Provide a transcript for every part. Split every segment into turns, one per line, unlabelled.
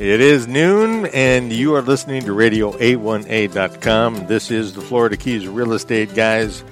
It is noon, and you are listening to Radio818.com. This is the Florida Keys Real Estate Guys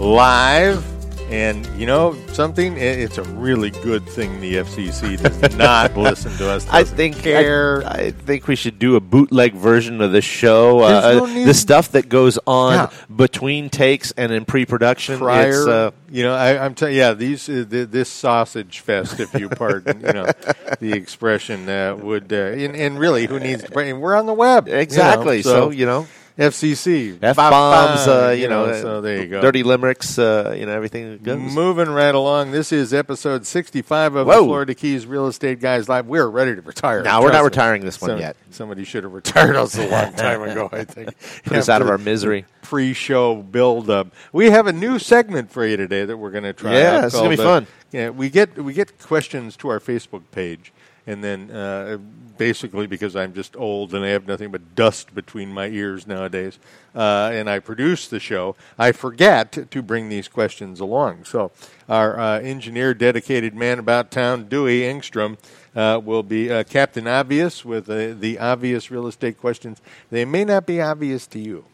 live. And you know something? I- It's a really good thing the FCC does not listen to us.
I
doesn't
think
care.
I, I think we should do a bootleg version of the show. Uh,
There's no
uh,
need-
the stuff that goes on
Yeah.
between takes and in pre-production.
prior.
it's, uh,
you know, I, I'm telling. Yeah, these uh, th- this sausage fest, if you pardon, you know, the expression uh, would. Uh, and, and really, who needs to? And we're on the web you know,
exactly. so, you know,
FCC
f bombs.
Ba-ba,
Uh, you know, uh,
So there you go. Mm-hmm.
Dirty limericks. Uh, you know, everything that goes.
Moving right along. This is episode 65 of the
Whoa.
Florida Keys Real Estate Guys Live. We're ready to retire.
No, we're
Trust
not
me.
retiring this one
Some-
yet.
Somebody should have retired us a long time ago, I think.
Put us out of our misery.
pre-show build-up. We have a new segment for you today that we're going to try.
Yeah,
out
it's gonna be
called, uh,
fun.
yeah, we get we get questions to our Facebook page, and then uh, basically because I'm just old and I have nothing but dust between my ears nowadays, uh, and I produce the show, I forget to bring these questions along. So our uh, engineer, dedicated man about town, Dewey Engstrom. Uh, will be uh, Captain Obvious with uh, the obvious real estate questions. They may not be obvious to you.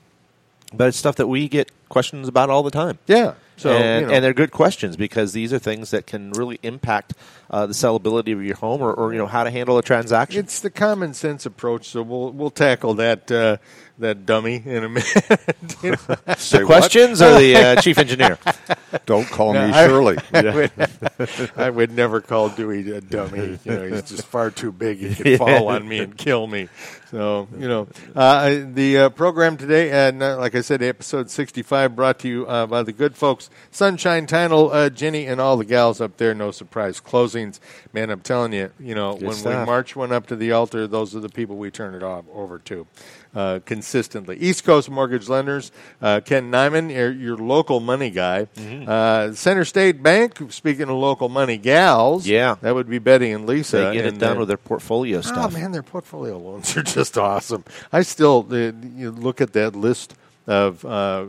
But it's stuff that we get questions about all the time.
Yeah. So
and,
you know,
and they're good questions because these are things that can really impact uh, the sellability of your home or, or you know how to handle a transaction.
it's the common sense approach. So we'll we'll tackle that uh, that dummy in a minute. You know,
the questions or the uh, chief engineer?
Don't call
No,
me
I-
Shirley.
I, would, I would never call Dewey a dummy. You know, he's just far too big. He could fall on me and kill me. So you know, uh, the uh, program today, and uh, like I said, episode sixty-five, brought to you uh, by the good folks, Sunshine Title, uh, Jenny, and all the gals up there. No surprise closings, man. I'm telling you, you know, when we
stuff.
march one up to the altar, those are the people we turn it off, over to uh, consistently. East Coast Mortgage Lenders, uh, Ken Nyman, your, your local money guy.
Mm-hmm.
Uh, Center State Bank, speaking of local money gals,
Yeah.
that would be Betty and Lisa.
They get it
and
done
their-
with their portfolio
Oh
stuff.
man, their portfolio loans are just awesome. I still uh, you look at that list of. Uh,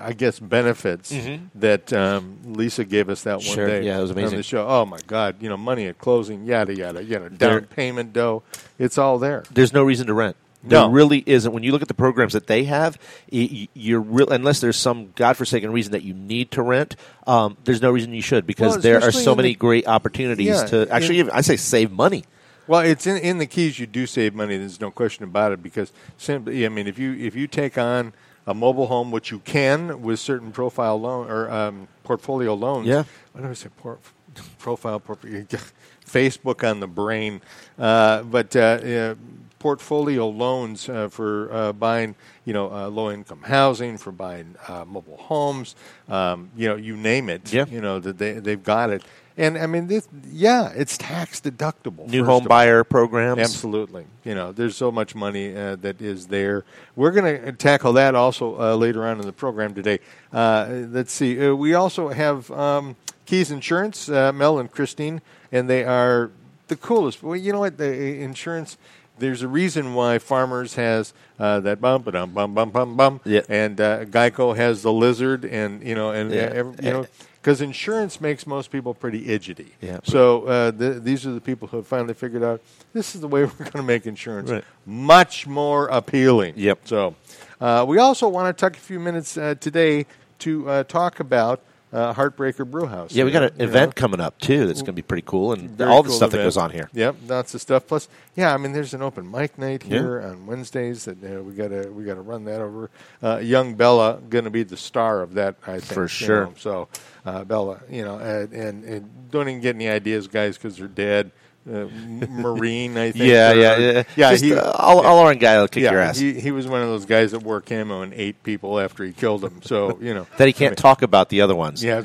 I guess benefits that um, Lisa gave us that one
Mm-hmm. Sure.
day
Yeah, it was
on
amazing.
the show. Oh my God! You know, money at closing, yada yada yada. Down
They're-
payment dough, it's all there.
There's no reason to rent.
No.
There really isn't. When you look at the programs that they have, y- y- you're real unless there's some godforsaken reason that you need to rent. Um, there's no reason you should because
Well,
there are
especially
so
in the-
many great opportunities
Yeah,
to actually.
yeah.
even I say save money.
Well, it's in, in the keys. You do save money. There's no question about it because simply, I mean, if you if you take on a mobile home, which you can with certain profile loan or um, portfolio loans.
Yeah.
What do I say? Por- profile portfolio. Facebook on the brain, uh, but. Uh, uh, Portfolio loans uh, for uh, buying, you know, uh, low-income housing, for buying uh, mobile homes, um, you know, you name it.
Yeah.
You know that they they've got it, and I mean, this, yeah, it's tax deductible.
New
first
home
of all.
buyer programs.
Absolutely. You know, there's so much money uh, that is there. We're going to tackle that also uh, later on in the program today. Uh, let's see. Uh, we also have um, Keys Insurance, uh, Mel and Christine, and they are the coolest. Well, you know what? The uh, insurance. There's a reason why Farmers has uh, that bum ba dum bum bum bum bum,
Yeah.
and uh, Geico has the lizard, and you know, and
Yeah.
uh, every- you know, because insurance makes most people pretty idioty.
Yeah.
So uh, th- these are the people who have finally figured out this is the way we're going to make insurance
Right.
much more appealing.
Yep.
So uh, we also want to take a few minutes uh, today to uh, talk about uh, Heartbreaker Brewhouse.
Yeah, we got an
You know,
event coming up too that's going to be pretty cool, and
very
all the
cool
stuff that
event.
goes on here.
Yep, lots of stuff. Plus, yeah, I mean, there's an open mic night
Yeah.
here on Wednesdays that uh, we gotta we gotta run that over. Uh, young Bella gonna be the star of that, I think,
For
you
sure.
know. So uh, Bella, you know, and, and and don't even get any ideas, guys, because her dad, uh, Marine, I think.
Yeah,
or-
yeah, yeah.
yeah.
Just,
he-
uh, all, all around guy will kick
yeah,
your ass.
He, he was one of those guys that wore camo and ate people after he killed them. So you know
that he can't talk about the other ones.
yeah,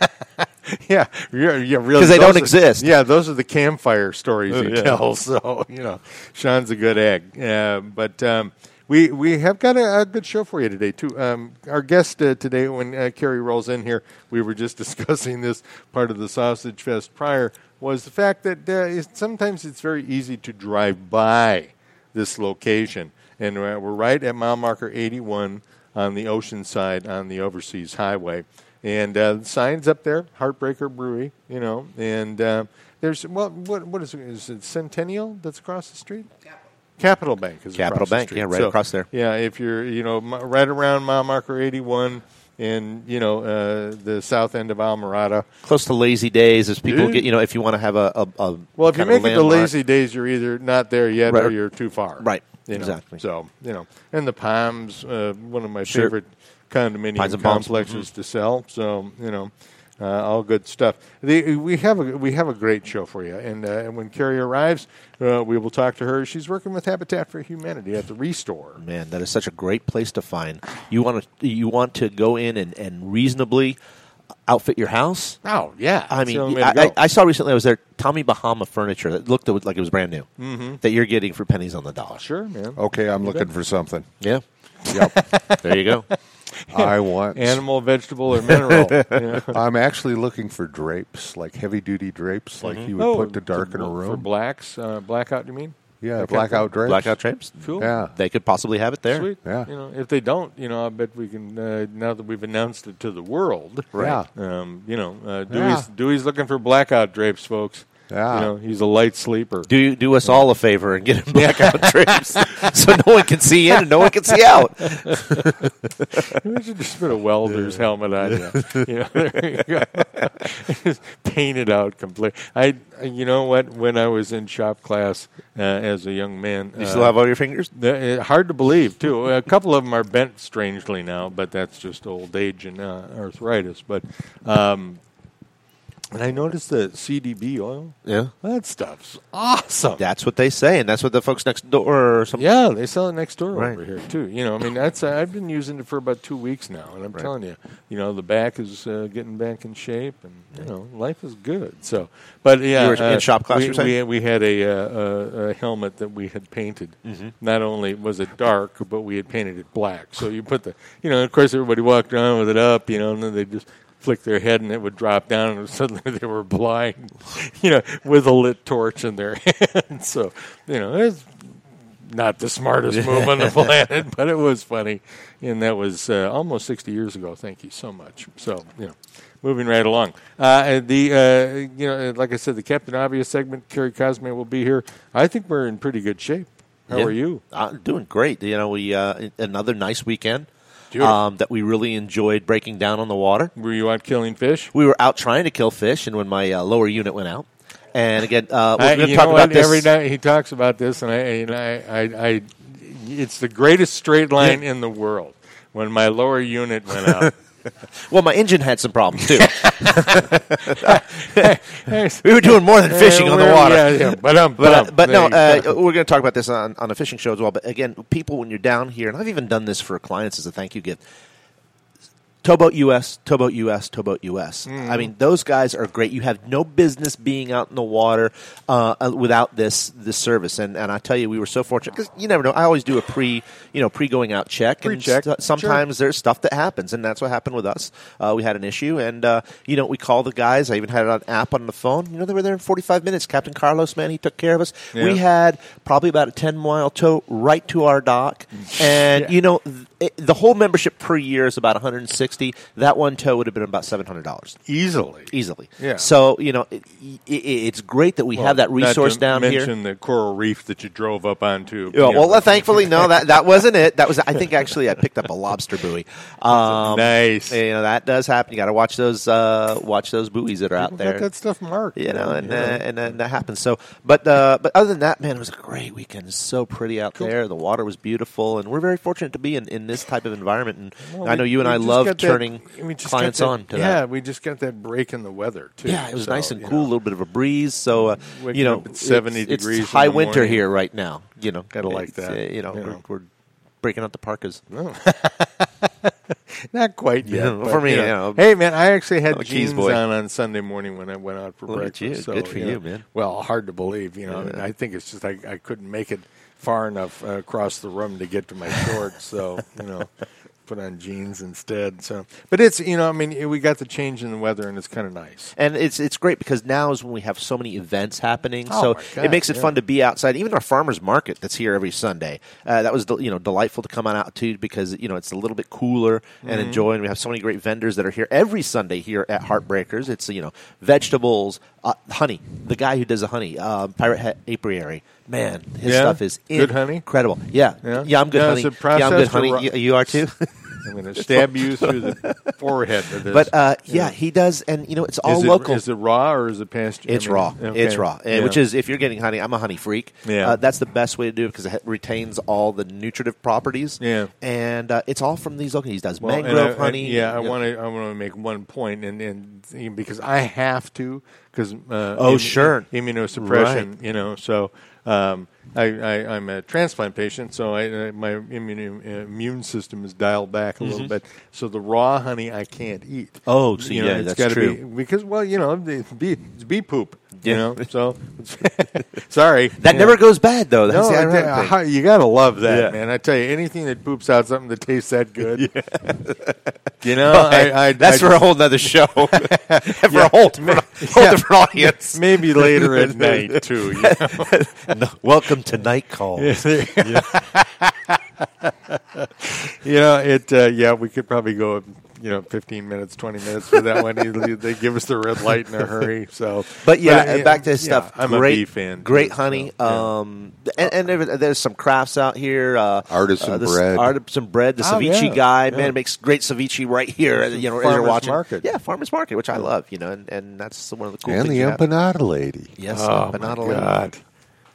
it's- yeah, yeah, yeah, really.
'Cause they
those
don't
are-
exist. Oh,
Yeah, those are the campfire stories he
yeah.
tells. So you know, Sean's a good egg. Uh, but um, we we have got a, a good show for you today too. Um, our guest uh, today, when uh, Carrie rolls in here, we were just discussing this part of the sausage fest prior was the fact that uh, it's, sometimes it's very easy to drive by this location. And we're we're right at mile marker 81 on the ocean side on the overseas highway. And uh, signs up there, Heartbreaker Brewery, you know. And uh, there's well, what what is it? Is it Centennial that's across the street? Capital Bank is
Capital
across the
Bank,
street.
yeah, right across there.
Yeah, if you're you know m- right around mile marker 81 and you know uh, the south end of Almirada.
Close to lazy days, as people
Dude.
get, you know, if you want to have a, a, a
Well, if you
kind of
make it the
landmark-
lazy days, you're either not there yet or
Right.
you're too far.
Right.
You know,
Exactly.
So you know, and the Palms, uh, one of my
Sure.
favorite condominium
Pines and Mm-hmm. Palms.
complexes to sell. So you know, uh, all good stuff. The, we have a we have a great show for you, and uh, and when Carrie arrives, uh, we will talk to her. She's working with Habitat for Humanity at the Restore.
man, that is such a great place to find. You want to you want to go in and, and reasonably outfit your house.
Oh yeah,
I
It's
mean,
the only way to
I, I,
go.
I saw recently I was there Tommy Bahama furniture that looked like it was brand new that you're getting for pennies on the dollar.
Mm-hmm. sure, man.
Okay, I'm looking for something.
Yeah,
Yep,
there you go.
I want.
Animal, vegetable, or mineral. Yeah.
I'm actually looking for drapes, like heavy duty drapes,
Mm-hmm.
like you would put to darken
Oh, for,
a
for
room.
blacks. Uh, blackout, you mean?
yeah, blackout drapes.
Blackout drapes.
Cool.
Yeah.
They could possibly have it there.
Sweet.
Yeah.
You know, if they don't, you know, I bet we can. Uh, now that we've announced it to the world,
Right.
Um, you know, uh, Dewey's
Yeah.
Dewey's looking for blackout drapes, folks.
Yeah.
You know, he's a light sleeper.
Do you, do us all a favor and get him blackout drapes so no one can see in and no one can see out.
we should just put a welder's helmet on you. You know, there you go. just paint it out completely. I, you know what? When I was in shop class uh, as a young man,
You
uh,
still have all your fingers?
They're, uh, hard to believe, too. A couple of them are bent strangely now, but that's just old age and uh, arthritis. But um, and I noticed the CDB oil.
Yeah.
That stuff's awesome.
That's what they say, and that's what the folks next door or some
Yeah, they sell it next door
Right.
over here too. You know, I mean, that's uh, I've been using it for about two weeks now, and I'm
Right.
telling you, you know, the back is uh, getting back in shape, and you know, life is good. So, but yeah,
You were in
uh,
shop class, you were
We, we,
saying?
we had a, uh, a, a helmet that we had painted.
Mm-hmm.
Not only was it dark, but we had painted it black. So you put the, you know, of course, everybody walked around with it up, you know, and then they just. Flick their head and it would drop down, and suddenly they were blind, you know, with a lit torch in their hand. So, you know, it's not the smartest move on the planet, but it was funny, and that was uh, almost 60 years ago. Thank you so much. So you know, moving right along. Uh, and the uh, you know, like I said, the Captain Obvious segment. Kerry Cosme will be here. I think we're in pretty good shape. How
Yeah.
are you?
Uh, doing great. You know, we uh, another nice weekend
Beautiful.
um, that we really enjoyed breaking down on the water.
Were you out killing fish?
We were out trying to kill fish, and when my uh, lower unit went out, and again, uh,
I-
we're going
you
to talk
know
about
what?
this.
every night. He talks about this, and I and I, I, I it's the greatest straight line in the world. When my lower unit went out,
Well, my engine had some problems too.
fishing
we were doing more
Uh,
than fishing on the water.
Yeah, yeah. But um,
But, uh, but
there
no,
you
uh,
go.
we're going to talk about this on, on a fishing show as well. But again, people, when you're down here, and I've even done this for clients as a thank you gift. Towboat US, Towboat US, Towboat US. I
Mm.
mean, those guys are great. You have no business being out in the water uh, uh, without this this service. And and I tell you, we were so fortunate because you never know. I always do a pre you know pre going out check. and
Pre-check,
st- sometimes there's stuff that happens, and that's what happened with us. Uh, we had an issue, and uh, you know we call the guys. I even had it on app on the phone. You know they were there in 45 minutes. Captain Carlos, man, he took care of us.
Yeah.
We had probably about a 10 mile tow right to our dock, and
Yeah.
you know th- it, the whole membership per year is about 160. That one tow would have been about 700 dollars
easily.
easily.
Yeah.
So you know it, it, it's great that we have that resource down
mention
here.
Mention the coral reef that you drove up onto.
Yeah,
you
well,
know,
thankfully, no, that, that wasn't it. That was, I think, actually, I picked up a lobster buoy. Um,
Nice.
You know that does happen. You got to watch those uh, watch those buoys that are out
got
there.
that stuff marked.
you know, and
you
Uh, and then that happens. So, but uh, but other than that, man, it was a great weekend. It was so pretty out there. The water was beautiful, and we're very fortunate to be in, in this type of environment. And
Well,
I
we-
know you and
we
I
just
love
got that-
turning
we just got
clients
that-
on to
yeah,
that.
we just got that break in the weather too.
Yeah, it was
So,
nice and
you
cool. A
know,
little bit of a breeze. So uh,
Waking
you know,
up at 70
it's,
degrees in
It's high
the
winter
morning.
here right now. You know, gotta
like that,
you know,
you
we're,
know.
we're breaking out the parkas.
Not quite yet.
Yeah,
but,
for me,
you know.
you know.
hey man, I actually had
I'm a keys
jeans
boy.
on on Sunday morning when I went out for
Look at
breakfast.
you.
So,
Good for you,
know,
man.
Well, hard to believe, you know. I, mean, I think it's just I, I couldn't make it far enough uh, across the room to get to my shorts. So you know, put on jeans instead. So, but it's you know, I mean, we got the change in the weather, and it's kind of nice.
And it's it's great because now is when we have so many events happening.
Oh,
so
my God,
it makes it
yeah.
fun to be outside. Even our farmers market that's here every Sunday. Uh, that was del- you know delightful to come on out to because you know it's a little bit cooler
Mm-hmm.
and enjoy. And we have so many great vendors that are here every Sunday here at Heartbreakers. It's you know vegetables, uh, honey. The guy who does the honey, um, Pirate Hat Apiary. Man, his
Yeah?
stuff is
Good honey?
incredible. Yeah,
Yeah?
yeah, I'm good
Now,
honey.
is it
Yeah, I'm good
processed or
honey.
raw?
You, you are too.
I'm going to stab you through the forehead with this.
But uh, yeah, he does, and you know, it's all
is it,
local.
Is it raw or is it pasture?
it's
I mean,
raw.
okay.
It's raw, and-
Yeah.
which is if you're getting honey, I'm a honey freak.
Yeah.
uh, that's the best way to do it because it ha- retains all the nutritive properties.
Yeah.
and uh, it's all from these local. He does
Well, and
mangrove
I- I-
honey.
yeah, I
you know.
want to. I want to make one point, and, and because I have to, because uh,
Oh, sure.
immunosuppression.
Right.
You know, so um, I, I, I'm a transplant patient, so I, I, my immune immune system is dialed back a little bit. So the raw honey I can't eat.
Mm-hmm. Oh, so yeah,
it's
that's
gotta
true.
Be, because well, you know, it's bee, it's bee poop. You
Yeah.
know, so sorry
that
Yeah.
never goes bad though. That's
No,
the ironic
I-
thing.
I- you gotta love that,
Yeah.
man. I tell you, anything that poops out something that tastes that good, you know, I, I,
that's
I,
for a whole other show, for a whole different, whole
Yeah.
different audience.
maybe later at night too. You know?
No, welcome to Night Call.
You know, it. Uh, yeah, we could probably go, you know, fifteen minutes, twenty minutes for that one. They- they give us the red light in a hurry. So,
But yeah,
uh,
back to his
yeah,
stuff.
I'm
great,
a bee fan.
Great
too,
honey.
so, yeah.
Um, and, and there- there's some crafts out here. Uh,
Artisan
uh, this
bread.
Artisan bread. The
Oh,
ceviche
yeah,
guy,
yeah.
man, makes great ceviche right here. You know, as you're
Farmer's
watching.
market.
Yeah, farmers market, which I love. You know, and, and that's one of the cool
and
things.
the
you have.
empanada lady.
Yes,
Oh,
but
my
not
God.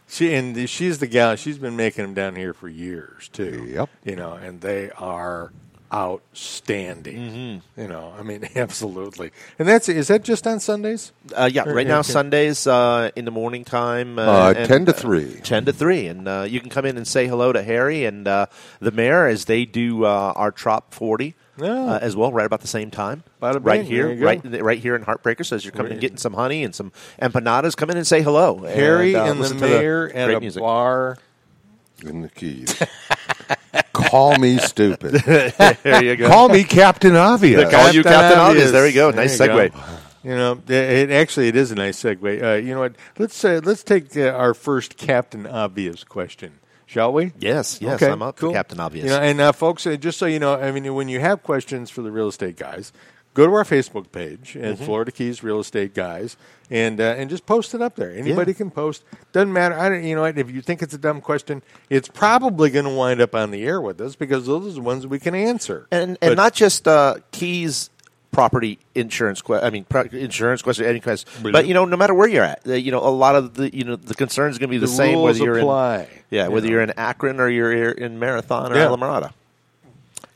She and the, she's the gal. She's been making them down here for years too.
Yep.
You know, and they are outstanding.
Mm-hmm.
You know, I mean, absolutely. And that's is that just on Sundays?
Uh, yeah, right now
Okay.
Sundays uh, in the morning time, uh,
Uh, 10 to
uh,
3.
ten to three, and uh, you can come in and say hello to Harry and uh, the mayor as they do uh, our Trop Forty.
Yeah.
Uh, as well, right about the same time,
Bada
right
bing,
here,
there you go.
right, right here in Heartbreaker. So as you're coming and getting some honey and some empanadas, come in and say hello.
Harry
uh,
and,
listen
the
to
mayor at
great
a
music.
bar.
In the keys. Call me stupid.
there you go.
Call me Captain Obvious.
Call you Captain Obvious.
Obvious.
There we go. Nice
you go.
segue.
You know, it, it- actually, it is a nice segue. Uh, you know what? Let's uh, let's take uh, our first Captain Obvious question, shall we?
Yes, yes, I'm up for Captain Obvious.
You know, and uh, folks, uh, just so you know, I mean, when you have questions for the real estate guys, go to our Facebook page at
Mm-hmm.
Florida Keys Real Estate Guys, and uh, and just post it up there. Anybody can post. Doesn't matter. I don't. You know what? If you think it's a dumb question, it's probably going to wind up on the air with us because those are the ones we can answer.
and and
But-
not just uh, keys property insurance que- I mean pro- insurance question any question but you know no matter where you're at uh, you know a lot of the you know the concern is going to be the,
The
same
rules
whether you're
apply,
in yeah
you
whether
know.
you're in Akron or you're here in Marathon or
Yeah.
Alamorada.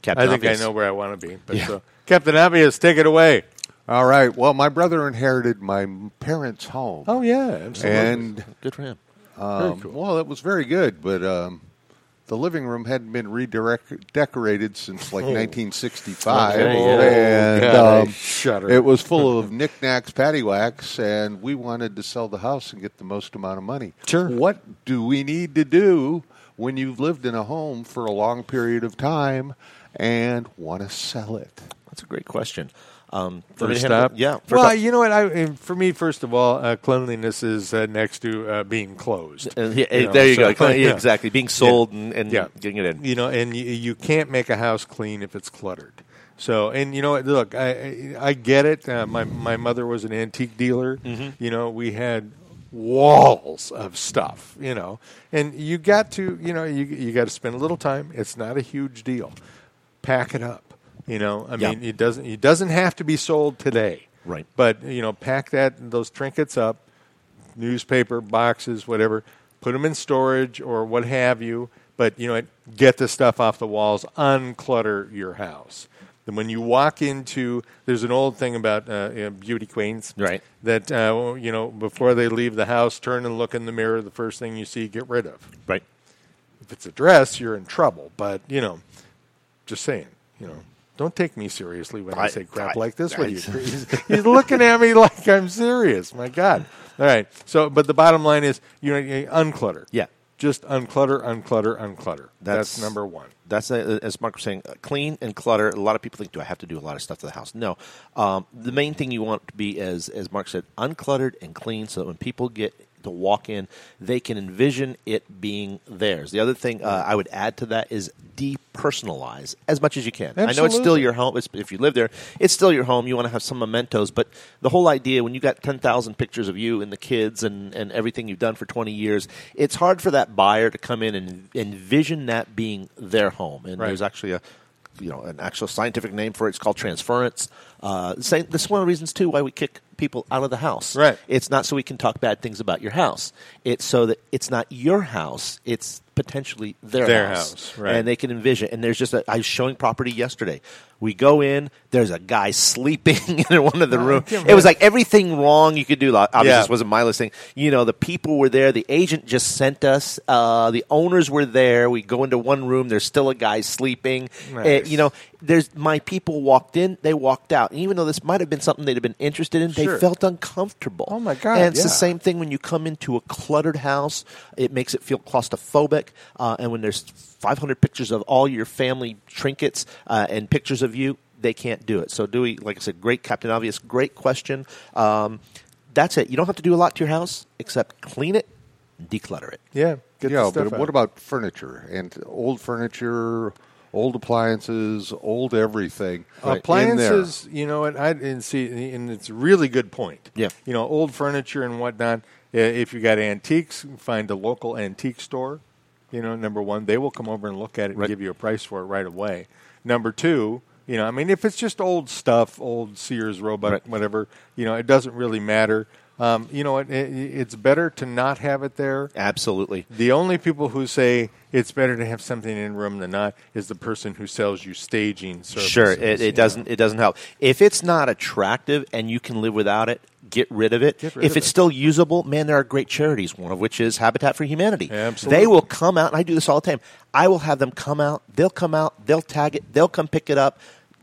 Captain
I think
Obvious.
I know where I want to be. But so, Captain Obvious, take it away.
All right. Well, my brother inherited my m- parents' home.
Oh,
yeah, absolutely.
And
good for him
um, well, it was very good, but um, the living room hadn't been redecorated since
Oh.
like 1965,
Okay, yeah.
and
God, I
um,
shudder.
it was full of knickknacks, paddywhacks, and we wanted to sell the house and get the most amount of money.
Sure.
What do we need to do when you've lived in a home for a long period of time and want to sell it?
that's a great question um let me
First
handle-
up,
yeah first
well,
up.
you know what? I, and for me, first of all, uh, cleanliness is uh, next to uh, being closed.
Uh, yeah,
You know,
there you
so-
go
yeah.
exactly being sold and, and
Yeah.
getting it in
You know, and you, you can't make a house clean if it's cluttered. So, and you know, what, look, I I I get it. Uh, my my mother was an antique dealer.
Mm-hmm.
You know, we had walls of stuff. You know, and you got to you know you you got to spend a little time. It's not a huge deal. Pack it up. You know, I
Yeah.
mean, it doesn't it doesn't have to be sold today.
Right.
But you know, pack that those trinkets up, newspaper boxes, whatever. Put them in storage or what have you. But you know, what? get the stuff off the walls. Unclutter your house. And when you walk into, there's an old thing about uh, you know, beauty queens,
Right.
That uh, you know, before they leave the house, turn and look in the mirror. The first thing you see, get rid of.
right
If it's a dress, you're in trouble. But you know, just saying, you know, don't take me seriously when I,
I-
say crap
I-
like this. with you?
I-
He's, he's looking at me like I'm serious. My God. All right. So, but the bottom line is, you know, you unclutter.
yeah
just unclutter, unclutter, unclutter. That's,
That's-
number one.
That's uh, as Mark was saying, uh, clean and clutter. A lot of people think, do I have to do a lot of stuff to the house? No. Um, the main thing you want to be, as as Mark said, uncluttered and clean, so that when people get to walk in, they can envision it being theirs. The other thing uh, I would add to that is depersonalize as much as you can. I know it's still
Absolutely.
your home. It's, if you live there, it's still your home. You want to have some mementos, but the whole idea when you got ten thousand pictures of you and the kids and, and everything you've done for twenty years, it's hard for that buyer to come in and envision that being their home. And
Right.
there's actually a you know an actual scientific name for it. It's called transference. Uh, same, this is one of the reasons too why we kick people out of the house.
Right.
It's not so we can talk bad things about your house. It's so that it's not your house. It's potentially their,
Their house, right.
And they can envision. And there's just a, I was showing property yesterday. We go in. There's a guy sleeping in one of the rooms.
Oh, give
It was
it.
like everything wrong you could do. Like, Obviously,
Yeah.
this wasn't my listing. You know, the people were there. The agent just sent us. Uh, the owners were there. We go into one room. There's still a guy sleeping.
Nice.
Uh, you know, there's my people walked in. They walked out. And even though this might have been something they'd have been interested in,
Sure.
they felt uncomfortable.
Oh, my God,
And it's the
yeah.
same thing when you come into a cluttered house. It makes it feel claustrophobic. Uh, and when there's 500 pictures of all your family trinkets uh, and pictures of you, they can't do it. So Dewey, like I said, great Captain Obvious, great question. Um, that's it. You don't have to do a lot to your house except clean it, declutter it.
Yeah. Get
yeah,
the stuff
but
out.
what about furniture and old furniture, old appliances, old everything? in there?
appliances? You know, and I and see, and it's a really good point.
Yeah.
you know, old furniture and whatnot. i- If you got antiques, find a local antique store. You know, number one, they will come over and look at it and
Right.
give you a price for it right away. Number two, you know, I mean, if it's just old stuff, old Sears robot,
Right.
whatever, you know, it doesn't really matter. Um, you know, it, it, it's better to not have it there
Absolutely.
the only people who say it's better to have something in room than not is the person who sells you staging services.
Sure, it,
you
it doesn't it doesn't help. If it's not attractive and you can live without it, get rid of it.
Get rid
if
of
it's
it.
still usable, man, there are great charities. One of which is Habitat for Humanity.
Absolutely.
They will come out, and I do this all the time. I will have them come out. They'll come out. They'll tag it. They'll come pick it up.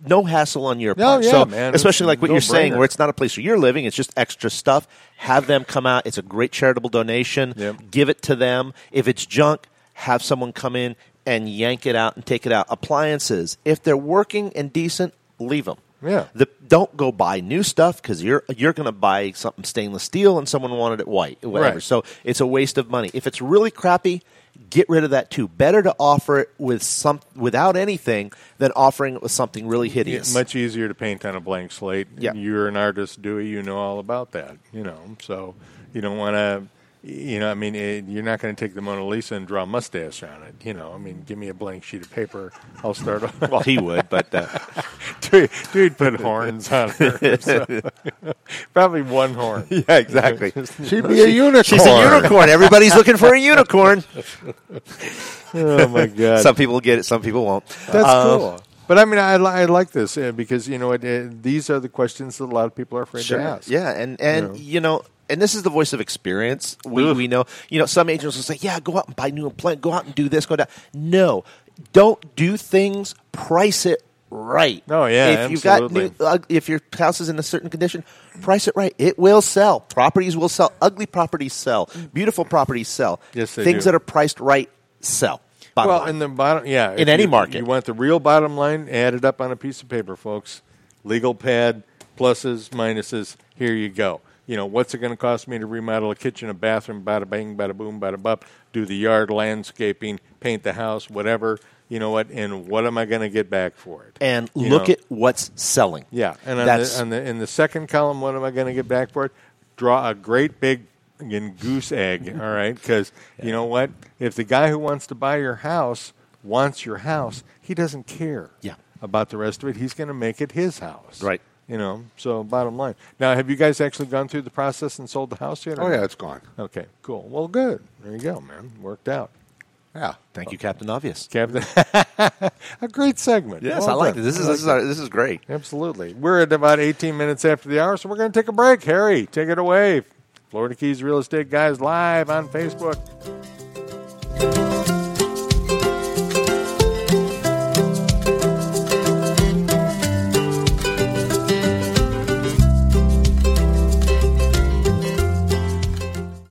No hassle on your
No,
part.
yeah,
so,
man, it's
especially like what you're saying,
no-brainer.
where it's not a place where you're living, it's just extra stuff. Have them come out. It's a great charitable donation.
Yep.
Give it to them. If it's junk, have someone come in and yank it out and take it out. Appliances, if they're working and decent, leave them.
Yeah.
The, don't go buy new stuff because you're you're going to buy something stainless steel and someone wanted it white, whatever.
Right.
So it's a waste of money. If it's really crappy, get rid of that too. Better to offer it with some without anything than offering it with something really hideous.
It's much easier to paint on a blank slate.
Yeah.
You're an artist, Dewey. You know all about that. You know, so you don't want to. You know, I mean, it, you're not going to take the Mona Lisa and draw a mustache on it. You know, I mean, give me a blank sheet of paper. I'll start. off-
well, he would, but uh,
Dude, dude put horns on her. so- Probably one horn.
yeah, exactly.
She'd be a unicorn.
She's a unicorn. Everybody's looking for a unicorn.
Oh my god.
Some people get it, some people won't.
That's
Uh,
cool. But I mean, I, li- I like this uh, because you know it, uh, these are the questions that a lot of people are afraid to ask.
Yeah, and and
Yeah.
you know, and this is the voice of experience. We we know, you know, some agents will say, "Yeah, go out and buy new implant. Go out and do this. Go down." No, don't do things. Price it right.
Oh, yeah,
if you've got new,
absolutely.
ug- if your house is in a certain condition, price it right. It will sell. Properties will sell. Ugly properties sell. Beautiful properties sell.
Mm. Yes, they
things
do.
that are priced right sell. Bottom
Well,
line.
in the bottom, yeah, if
any
you-
market.
you want the real bottom line. Add it up on a piece of paper, folks. Legal pad, pluses, minuses. Here you go. You know what's it going to cost me to remodel a kitchen, a bathroom? Bada bang, bada boom, bada bop. Do the yard, landscaping, paint the house, whatever. You know what? And what am I going to get back for it?
and
You
look
know?
at what's selling.
Yeah, and on
that's
the, on the, in the second column, what am I going to get back for it? Draw a great big friggin' goose egg, all right? Because you know what? If the guy who wants to buy your house wants your house, he doesn't care
Yeah.
about the rest of it. He's going to make it his house,
Right.
You know. So bottom line. Now, have you guys actually gone through the process and sold the house yet? or
Oh
no?
yeah, it's gone.
Okay. Cool. Well, good. There you go, man. Worked out.
Yeah.
thank you, Captain Obvious.
Captain, a great segment.
Yes,
Well
I like
done.
this. This is
I
this is, our, this is great.
Absolutely. We're at about 18 minutes after the hour, so we're going to take a break. Harry, take it away. Florida Keys Real Estate Guys live on Facebook.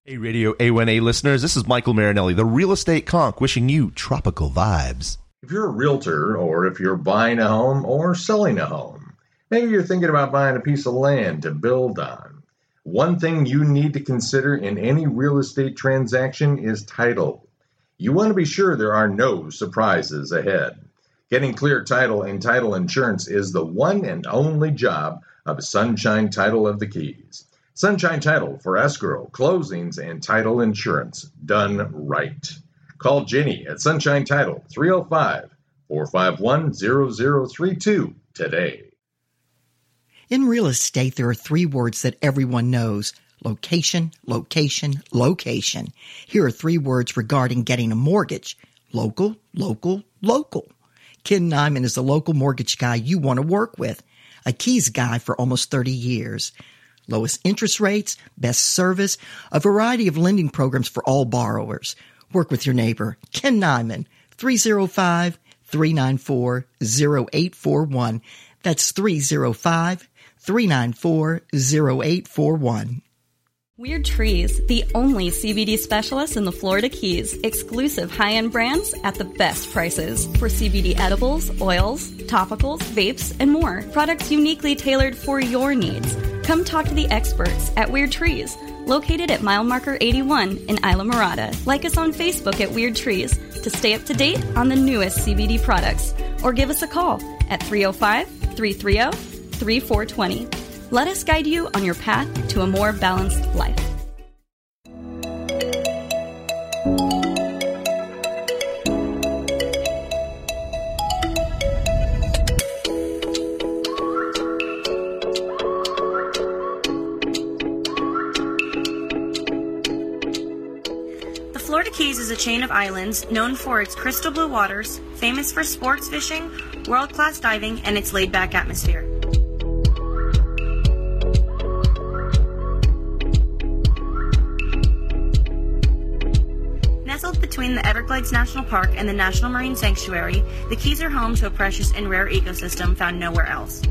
A Radio A1A listeners, this is Michael Marinelli, the real estate conk, wishing you tropical vibes.
If you're a realtor or if you're buying a home or selling a home, maybe you're thinking about buying a piece of land to build on. One thing you need to consider in any real estate transaction is title. You want to be sure there are no surprises ahead. Getting clear title and title insurance is the one and only job of Sunshine Title of the Keys. Sunshine Title for escrow, closings, and title insurance done right. Call Jenny at Sunshine Title 305 451 0032 today.
In real estate, there are three words that everyone knows location, location, location. Here are three words regarding getting a mortgage local, local, local. Ken Nyman is the local mortgage guy you want to work with, a keys guy for almost 30 years lowest interest rates, best service, a variety of lending programs for all borrowers. Work with your neighbor, Ken Nyman, 305 394 0841. That's 305 394 0841.
Weird Trees, the only CBD specialist in the Florida Keys. Exclusive high end brands at the best prices for CBD edibles, oils, topicals, vapes, and more. Products uniquely tailored for your needs. Come talk to the experts at Weird Trees, located at mile marker 81 in Isla Mirada. Like us on Facebook at Weird Trees to stay up to date on the newest CBD products, or give us a call at 305 330 3420. Let us guide you on your path to a more balanced life.
The Florida Keys is a chain of islands known for its crystal blue waters, famous for sports fishing, world class diving, and its laid back atmosphere. Nestled between the Everglades National Park and the National Marine Sanctuary, the Keys are home to a precious and rare ecosystem found nowhere else.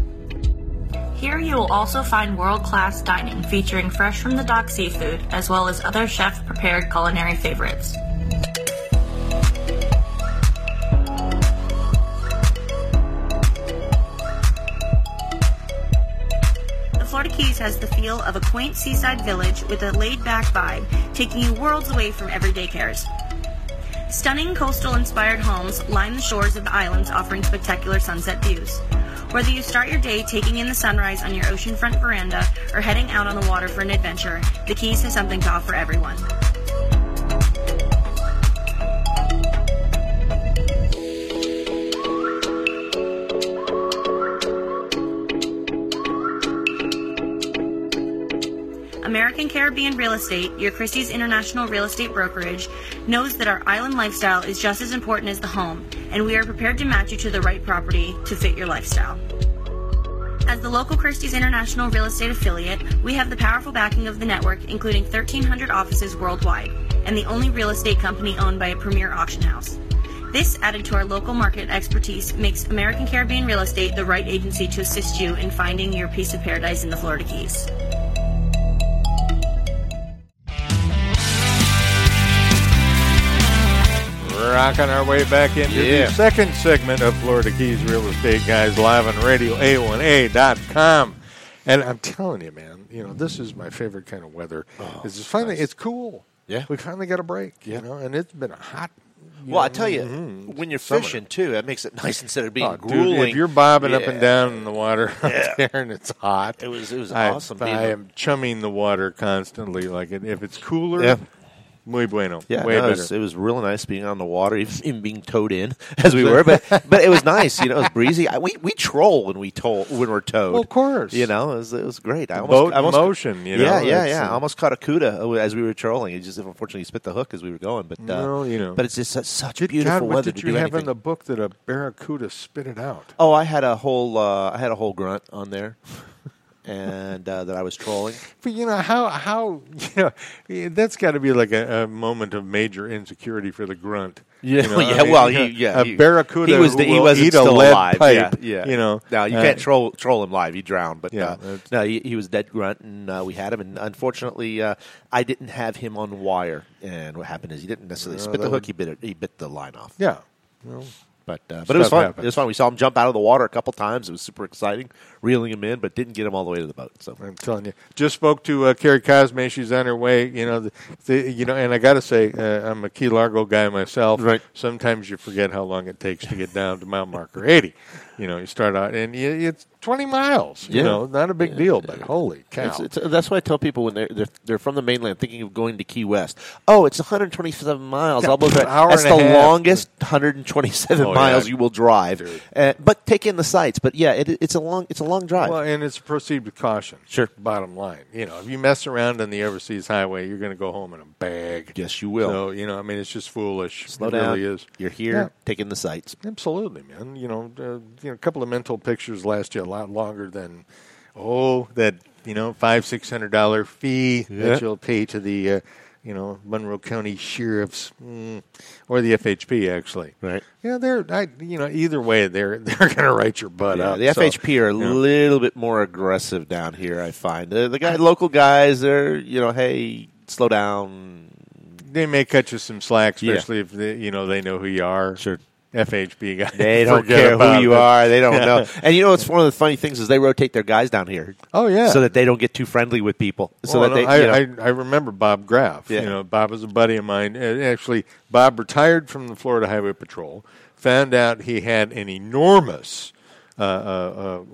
Here you will also find world class dining featuring fresh from the dock seafood as well as other chef prepared culinary favorites. The Florida Keys has the feel of a quaint seaside village with a laid back vibe, taking you worlds away from everyday cares. Stunning coastal inspired homes line the shores of the islands, offering spectacular sunset views. Whether you start your day taking in the sunrise on your oceanfront veranda or heading out on the water for an adventure, the Keys has something to offer everyone. American Caribbean Real Estate, your Christie's International Real Estate Brokerage, knows that our island lifestyle is just as important as the home, and we are prepared to match you to the right property to fit your lifestyle. As the local Christie's International Real Estate affiliate, we have the powerful backing of the network, including 1,300 offices worldwide, and the only real estate company owned by a premier auction house. This, added to our local market expertise, makes American Caribbean Real Estate the right agency to assist you in finding your piece of paradise in the Florida Keys.
Rocking our way back into
Yeah.
the second segment of Florida Keys Real Estate Guys live on radio a1a.com. And I'm telling you, man, you know, this is my favorite kind of weather. it's just finally it's
Oh,
cool.
Yeah.
We finally got a break, you know, and it's been a hot mm-hmm.
Well, I tell you, when you're
Summer.
fishing too, that makes it nice instead of being
Oh, dude,
grueling.
if you're bobbing up and
Yeah.
down in the water out there and it's hot,
It was- it was
I-
awesome being
I
up-
am chumming the water constantly. Like it- if it's cooler,
Yeah.
muy bueno,
Yeah,
way
no, uh, it, was,
better.
it was real nice being on the water, even, even being towed in as we were. But but it was nice, you know. It was breezy. I, we we troll when we tow when we're towed.
Well, of course.
you know. It was, it was great. I
boat
I almost,
motion, you know,
Yeah, yeah,
that's,
yeah. I
uh,
almost caught a cuda as we were trolling. It just unfortunately he spit the hook as we were going. But uh,
Well, you know.
but it's just such, such
Good
beautiful
God, what
weather
did
to
you
do
have
anything.
in the book that a barracuda spit it out?
oh, I had a whole uh, I had a whole grunt on there. and uh, that I was trolling.
But you know how how you know yeah, that's got to be like a, a moment of major insecurity for the grunt.
Yeah,
you know,
yeah, well, he- yeah,
a
he-
barracuda
he was the-
who
he
will
wasn't
eat a
still
lead
alive,
pipe.
yeah, yeah.
you know.
No, you
uh,
can't troll troll him live. He drowned. But
Yeah,
uh,
that's-
no, he, he was dead grunt, and uh, we had him. And unfortunately, uh, I didn't have him on wire. And what happened is he didn't necessarily
Uh,
spit the hook. He bit it, he bit the line off.
Yeah,
But uh, but it was fun.
happens.
It was fun. We saw him jump out of the water a couple times. It was super exciting, reeling him in, but didn't get him all the way to the boat. So
I'm telling you. Just spoke to uh, Carrie Cosme. She's on her way. You know, the, the, you know, and I got to say, uh, I'm a Key Largo guy myself.
Right.
Sometimes you forget how long it takes to get down to mile marker 80. You know, you start out and you, it's 20 miles. You
Yeah.
know, not a big deal, but holy cow!
It's, it's, that's why I tell people when they're, they're they're from the mainland, thinking of going to Key West. Oh, it's 127 miles.
Yeah,
I'll blow
an
that.
hour
that's
and a
the
half.
longest 127
Oh, yeah.
miles you will drive.
Dude.
Uh, but take in the sights. But yeah, it, it's a long it's a long drive.
Well, and it's proceed with caution.
Sure.
Bottom line, you know, if you mess around on the overseas highway, you're going to go home in a bag.
Yes, you will.
So you know, I mean, it's just foolish.
Slow
it
down.
Really is.
You're here.
Yeah.
Take in the sights.
Absolutely, man. You know, uh, you know, a couple of mental pictures last you a lot longer than oh that you know five six hundred dollar fee
Yeah.
that you'll pay to the uh, you know Monroe County Sheriff's mm, or the FHP actually.
Right.
Yeah, they're I, you know either way they're they're going to write your butt
Yeah,
up.
the
so,
FHP are a
you know.
little bit more aggressive down here. I find the, the guy, local guys, they're you know, hey, slow down.
they may cut you some slack,
Yeah.
especially if they, you know they know who you are.
Sure.
FHB guy.
They don't
Forget
care who
about
you
it.
are. They don't know. And you know what's one of the funny things is they rotate their guys down here.
Oh, yeah.
so that they don't get too friendly with people. So
Well,
that
I
they,
know-
you know,
I, I, I remember Bob Graff.
Yeah.
You know, Bob was a buddy of mine. Uh, Actually, Bob retired from the Florida Highway Patrol. Found out he had an enormous uh, uh,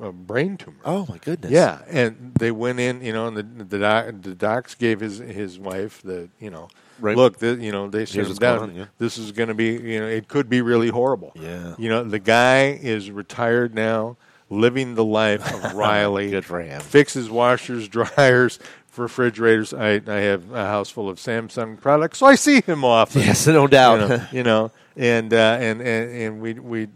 uh, uh, brain tumor.
oh my goodness,
Yeah, and they went in, you know, and the the, doc, the docs gave his his wife the, you know,
Right.
look, the, you know, they sit
Here's
him
what's going
down.
on, yeah.
This is going to be, you know, it could be really horrible.
Yeah.
you know, the guy is retired now, living the life of Riley.
Good for him.
Fixes washers, dryers. Refrigerators. I, I have a house full of Samsung products, so I see him often.
Yes, no doubt.
You know, you know, and uh, and and and we we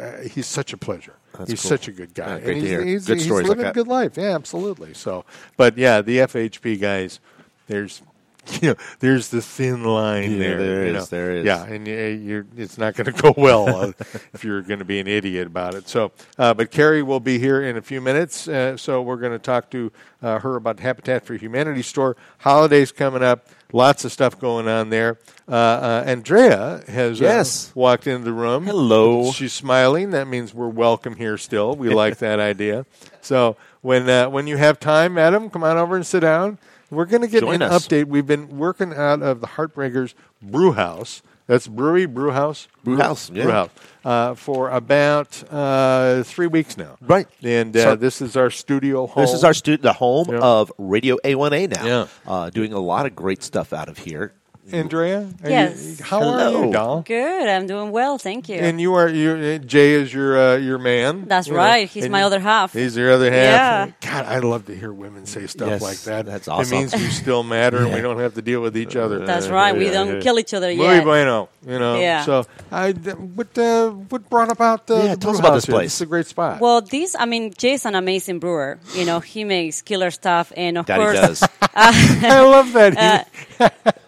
uh, he's such a pleasure. he's
cool.
such a good guy.
Yeah,
And
great to
he's,
hear.
he's-
Good
he's
stories like
living
that.
a good life. Yeah, absolutely. So, but yeah, the FHP guys, there's. You know, there's the thin line
Yeah,
there.
there is,
you know.
there is.
Yeah, and uh, you're, it's not going to go well uh, if you're going to be an idiot about it. So, uh, but Carrie will be here in a few minutes. Uh, so we're going to talk to uh, her about Habitat for Humanity store. Holidays coming up, lots of stuff going on there. Uh, uh, Andrea has uh,
Yes.
walked into the room.
Hello.
She's smiling. That means we're welcome here still. We like that idea. So when uh, when you have time, Adam, come on over and sit down. We're going to get
Join
an
us.
update. We've been working out of the Heartbreakers Brew House. That's brewery, brew house,
Brew house, yeah.
brew house, uh, for about uh, three weeks now.
Right.
and uh,
So-
this is our studio home.
This is our student, the home
Yeah.
of Radio A1A now.
Yeah.
Uh, doing a lot of great stuff out of here.
Mm-hmm.
Andrea. are you-
Yes.
how are
Hello.
you, doll?
Good. I'm doing well. Thank you.
And you are you Jay is your uh, your man.
That's
you
right. He's
and
my other half.
He's your other
Yeah.
half. God, I love to hear women say stuff
Yes,
like that.
that's awesome.
It means we still matter and we don't have to deal with each other.
That's right. We don't kill each other
Muy
yet.
bueno, you know.
Yeah.
So I what uh, what brought about the
Yeah,
the
tell us
brew
about
house
this
here?
place.
It's a great spot.
Well, this, I mean, Jay's an amazing brewer. You know, he makes killer stuff. And of
Daddy
course, uh,
does.
I love that.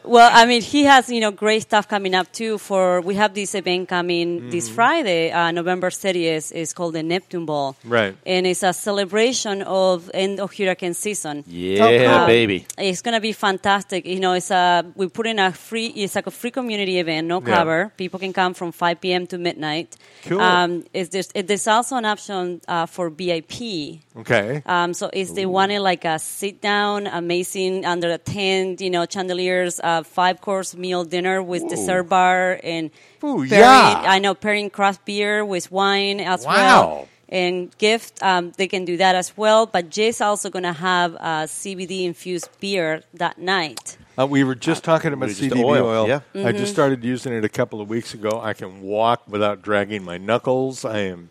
well, I mean, he has, you know, great stuff coming up too for, we have this event coming this
Mm-hmm.
Friday, uh, November 30th. It's called the Neptune Ball.
Right.
And it's a celebration of end of hurricane season.
Yeah,
Um,
baby.
It's gonna be fantastic. You know, it's a we put in a free. It's like a free community event, no
Yeah.
cover. People can come from 5 p.m. to midnight.
Cool.
Um, is there's, it, there's also an option uh, for VIP.
he- okay.
Um, so if they wanted like a sit down, amazing under a tent, you know, chandeliers, uh, five course meal dinner with dessert bar and
Ooh,
pairing,
yeah.
I know pairing craft beer with wine as
Wow.
well. And gift, um, they can do that as well. But Jay's also going to have uh, CBD infused beer that night.
Uh, we were just talking about
we just-
CBD oil.
oil, yeah.
I
Mm-hmm.
just started using it a couple of weeks ago. I can walk without dragging my knuckles. I am,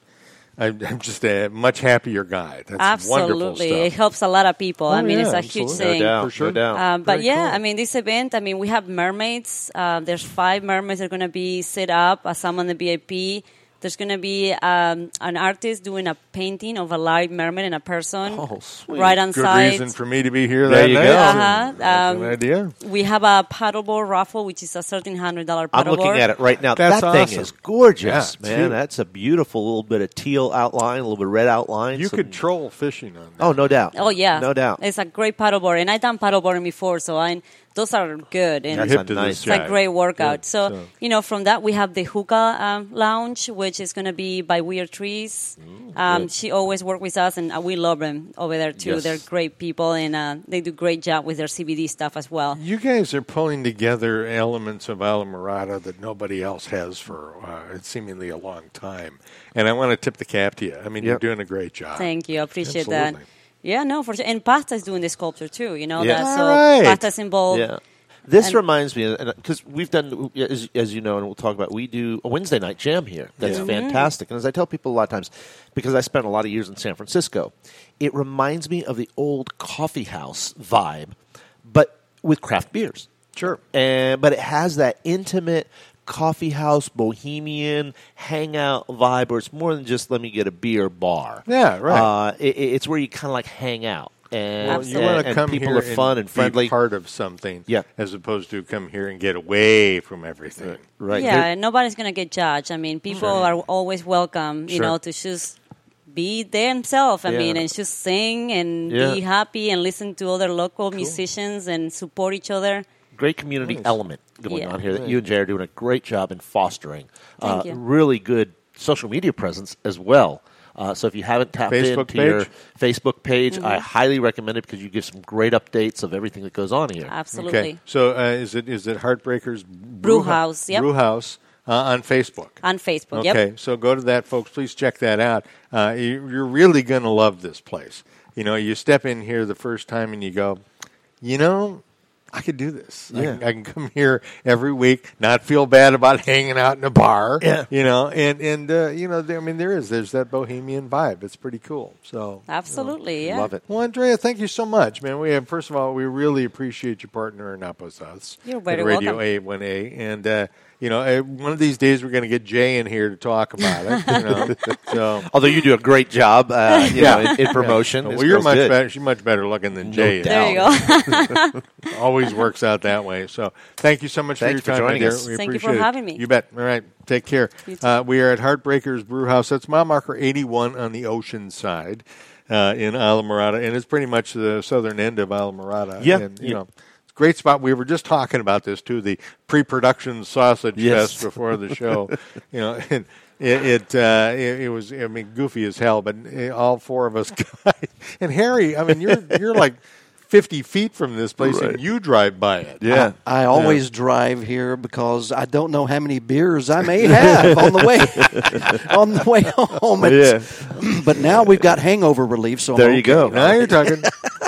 I'm, I'm just a much happier guy. That's wonderful
Absolutely, it
stuff.
helps a lot of people. I
Oh,
mean,
yeah,
it's a
absolutely.
huge
No
thing.
doubt,
For sure.
no doubt.
Um, but
Very
yeah,
cool.
I mean, this event, I mean, Um, we have mermaids. Uh, there's five mermaids that are going to be set up as some on the VIP. There's going to be um, an artist doing a painting of a live mermaid and a person
Oh, sweet.
right on
Good
site.
reason for me to be here
There
that
you
night.
go.
Uh-huh.
That's
Um,
an idea.
We have a paddleboard raffle, which is a thirteen hundred dollar
I'm
paddleboard.
looking at it right now.
That's
that thing
awesome.
is gorgeous,
Yeah,
man.
dude.
That's a beautiful little bit of teal outline, a little bit of red outline.
You
some-
could troll fishing on that.
Oh, no doubt.
Oh yeah,
no doubt.
It's a great paddleboard, and I've done paddleboarding before, so I those are good. And
You're
That's
hip
a
to
nice-
this
It's a
jive.
great workout.
Good.
so, you know, from that we have the hookah um, lounge, which is going to be by Weird Trees. um, she always works with us, and uh, we love them over there too.
Yes.
They're great people, and uh, they do great job with their CBD stuff as well.
You guys are pulling together elements of Alamorada that nobody else has for uh, seemingly a long time. And I want to tip the cap to you. I mean,
Yep.
you're doing a great job.
Thank you, I appreciate that.
Absolutely.
Yeah, no, for sure. And Pasta's doing the sculpture too. You know
Yeah.
that, so
All right.
Pasta's involved.
Yeah. This
And-
reminds me, because we've done, as, as you know, and we'll talk about, we do a Wednesday night jam here. That's
Mm-hmm.
fantastic. And as I tell people a lot of times, because I spent a lot of years in San Francisco, it reminds me of the old coffee house vibe, but with craft beers.
Sure.
And, but it has that intimate coffee house, bohemian hangout vibe where it's more than just let me get a beer bar.
Yeah, right.
Uh, it, it- it's where you kind of like hang out. And,
Well,
You
Absolutely.
and-
want to
and
come
people
here
are fun and friendly.
be part of something,
Yeah.
as opposed to come here and get away from everything.
right.
Yeah, and nobody's gonna get judged. I mean, people are always welcome, you
Sure.
know, to just be themselves. I
Yeah.
mean, and just sing and
Yeah.
be happy and listen to other local musicians and support each other.
great community element going
Yeah.
on here that you and Jay are doing a great job in fostering.
Thank
uh,
you.
Really good social media presence as well. Uh, so if you haven't tapped
Facebook
into your
page?
Facebook page,
Mm-hmm.
I highly recommend it because you give some great updates of everything that goes on here.
Absolutely.
Okay, so uh, is it is it Heartbreakers Brew,
House, yep.
Brew House uh, on Facebook.
On Facebook, yep.
Okay, so go to that, folks. Please check that out. Uh, you, you're really going to love this place. You know, you step in here the first time and you go, you know, I could do this. I
Yeah.
can- I, can come here every week, not feel bad about hanging out in a bar.
Yeah.
You know, and and uh, you know, there, I mean, there is there's that bohemian vibe. It's pretty cool. So
Absolutely, yeah.
Love it.
well, Andrea, thank you so much, man. We have, Oh, first of all, we really appreciate your partner in Apposas.
You're very
at Radio
welcome.
A1A. And, uh, you know, eh, one of these days we're going to get Jay in here to talk about it. You know? so,
Although you do a great job uh, you know, in, in promotion.
well,
This
you're
girl's
much
good.
better. She's much better looking than Jay. is.
There you
Down.
go.
Always works out that way. So, thank you so much
Thanks
for your
for
time,
joining
Andrea.
us.
We
Thank you for
appreciate it.
having me.
You bet. All right, take care.
You too.
Uh, we are at Heartbreakers Brewhouse. That's mile marker 81 on the ocean side uh, in Isla Morada, and it's pretty much the southern end of Isla Morada.
Yeah,
and, you
yeah.
know. it's a Great spot. We were just talking about this too. The pre-production sausage
Yes.
fest before the show. you know, and it it, uh, it it was. I mean, goofy as hell. But eh, all four of us guys and Harry. I mean, you're you're like fifty feet from this place, and you drive by it.
Yeah.
I always drive here because I don't know how many beers I may have on the way on the way home. It's- But now we've got hangover relief, so I'm
There you go.
okay.
Now you're talking.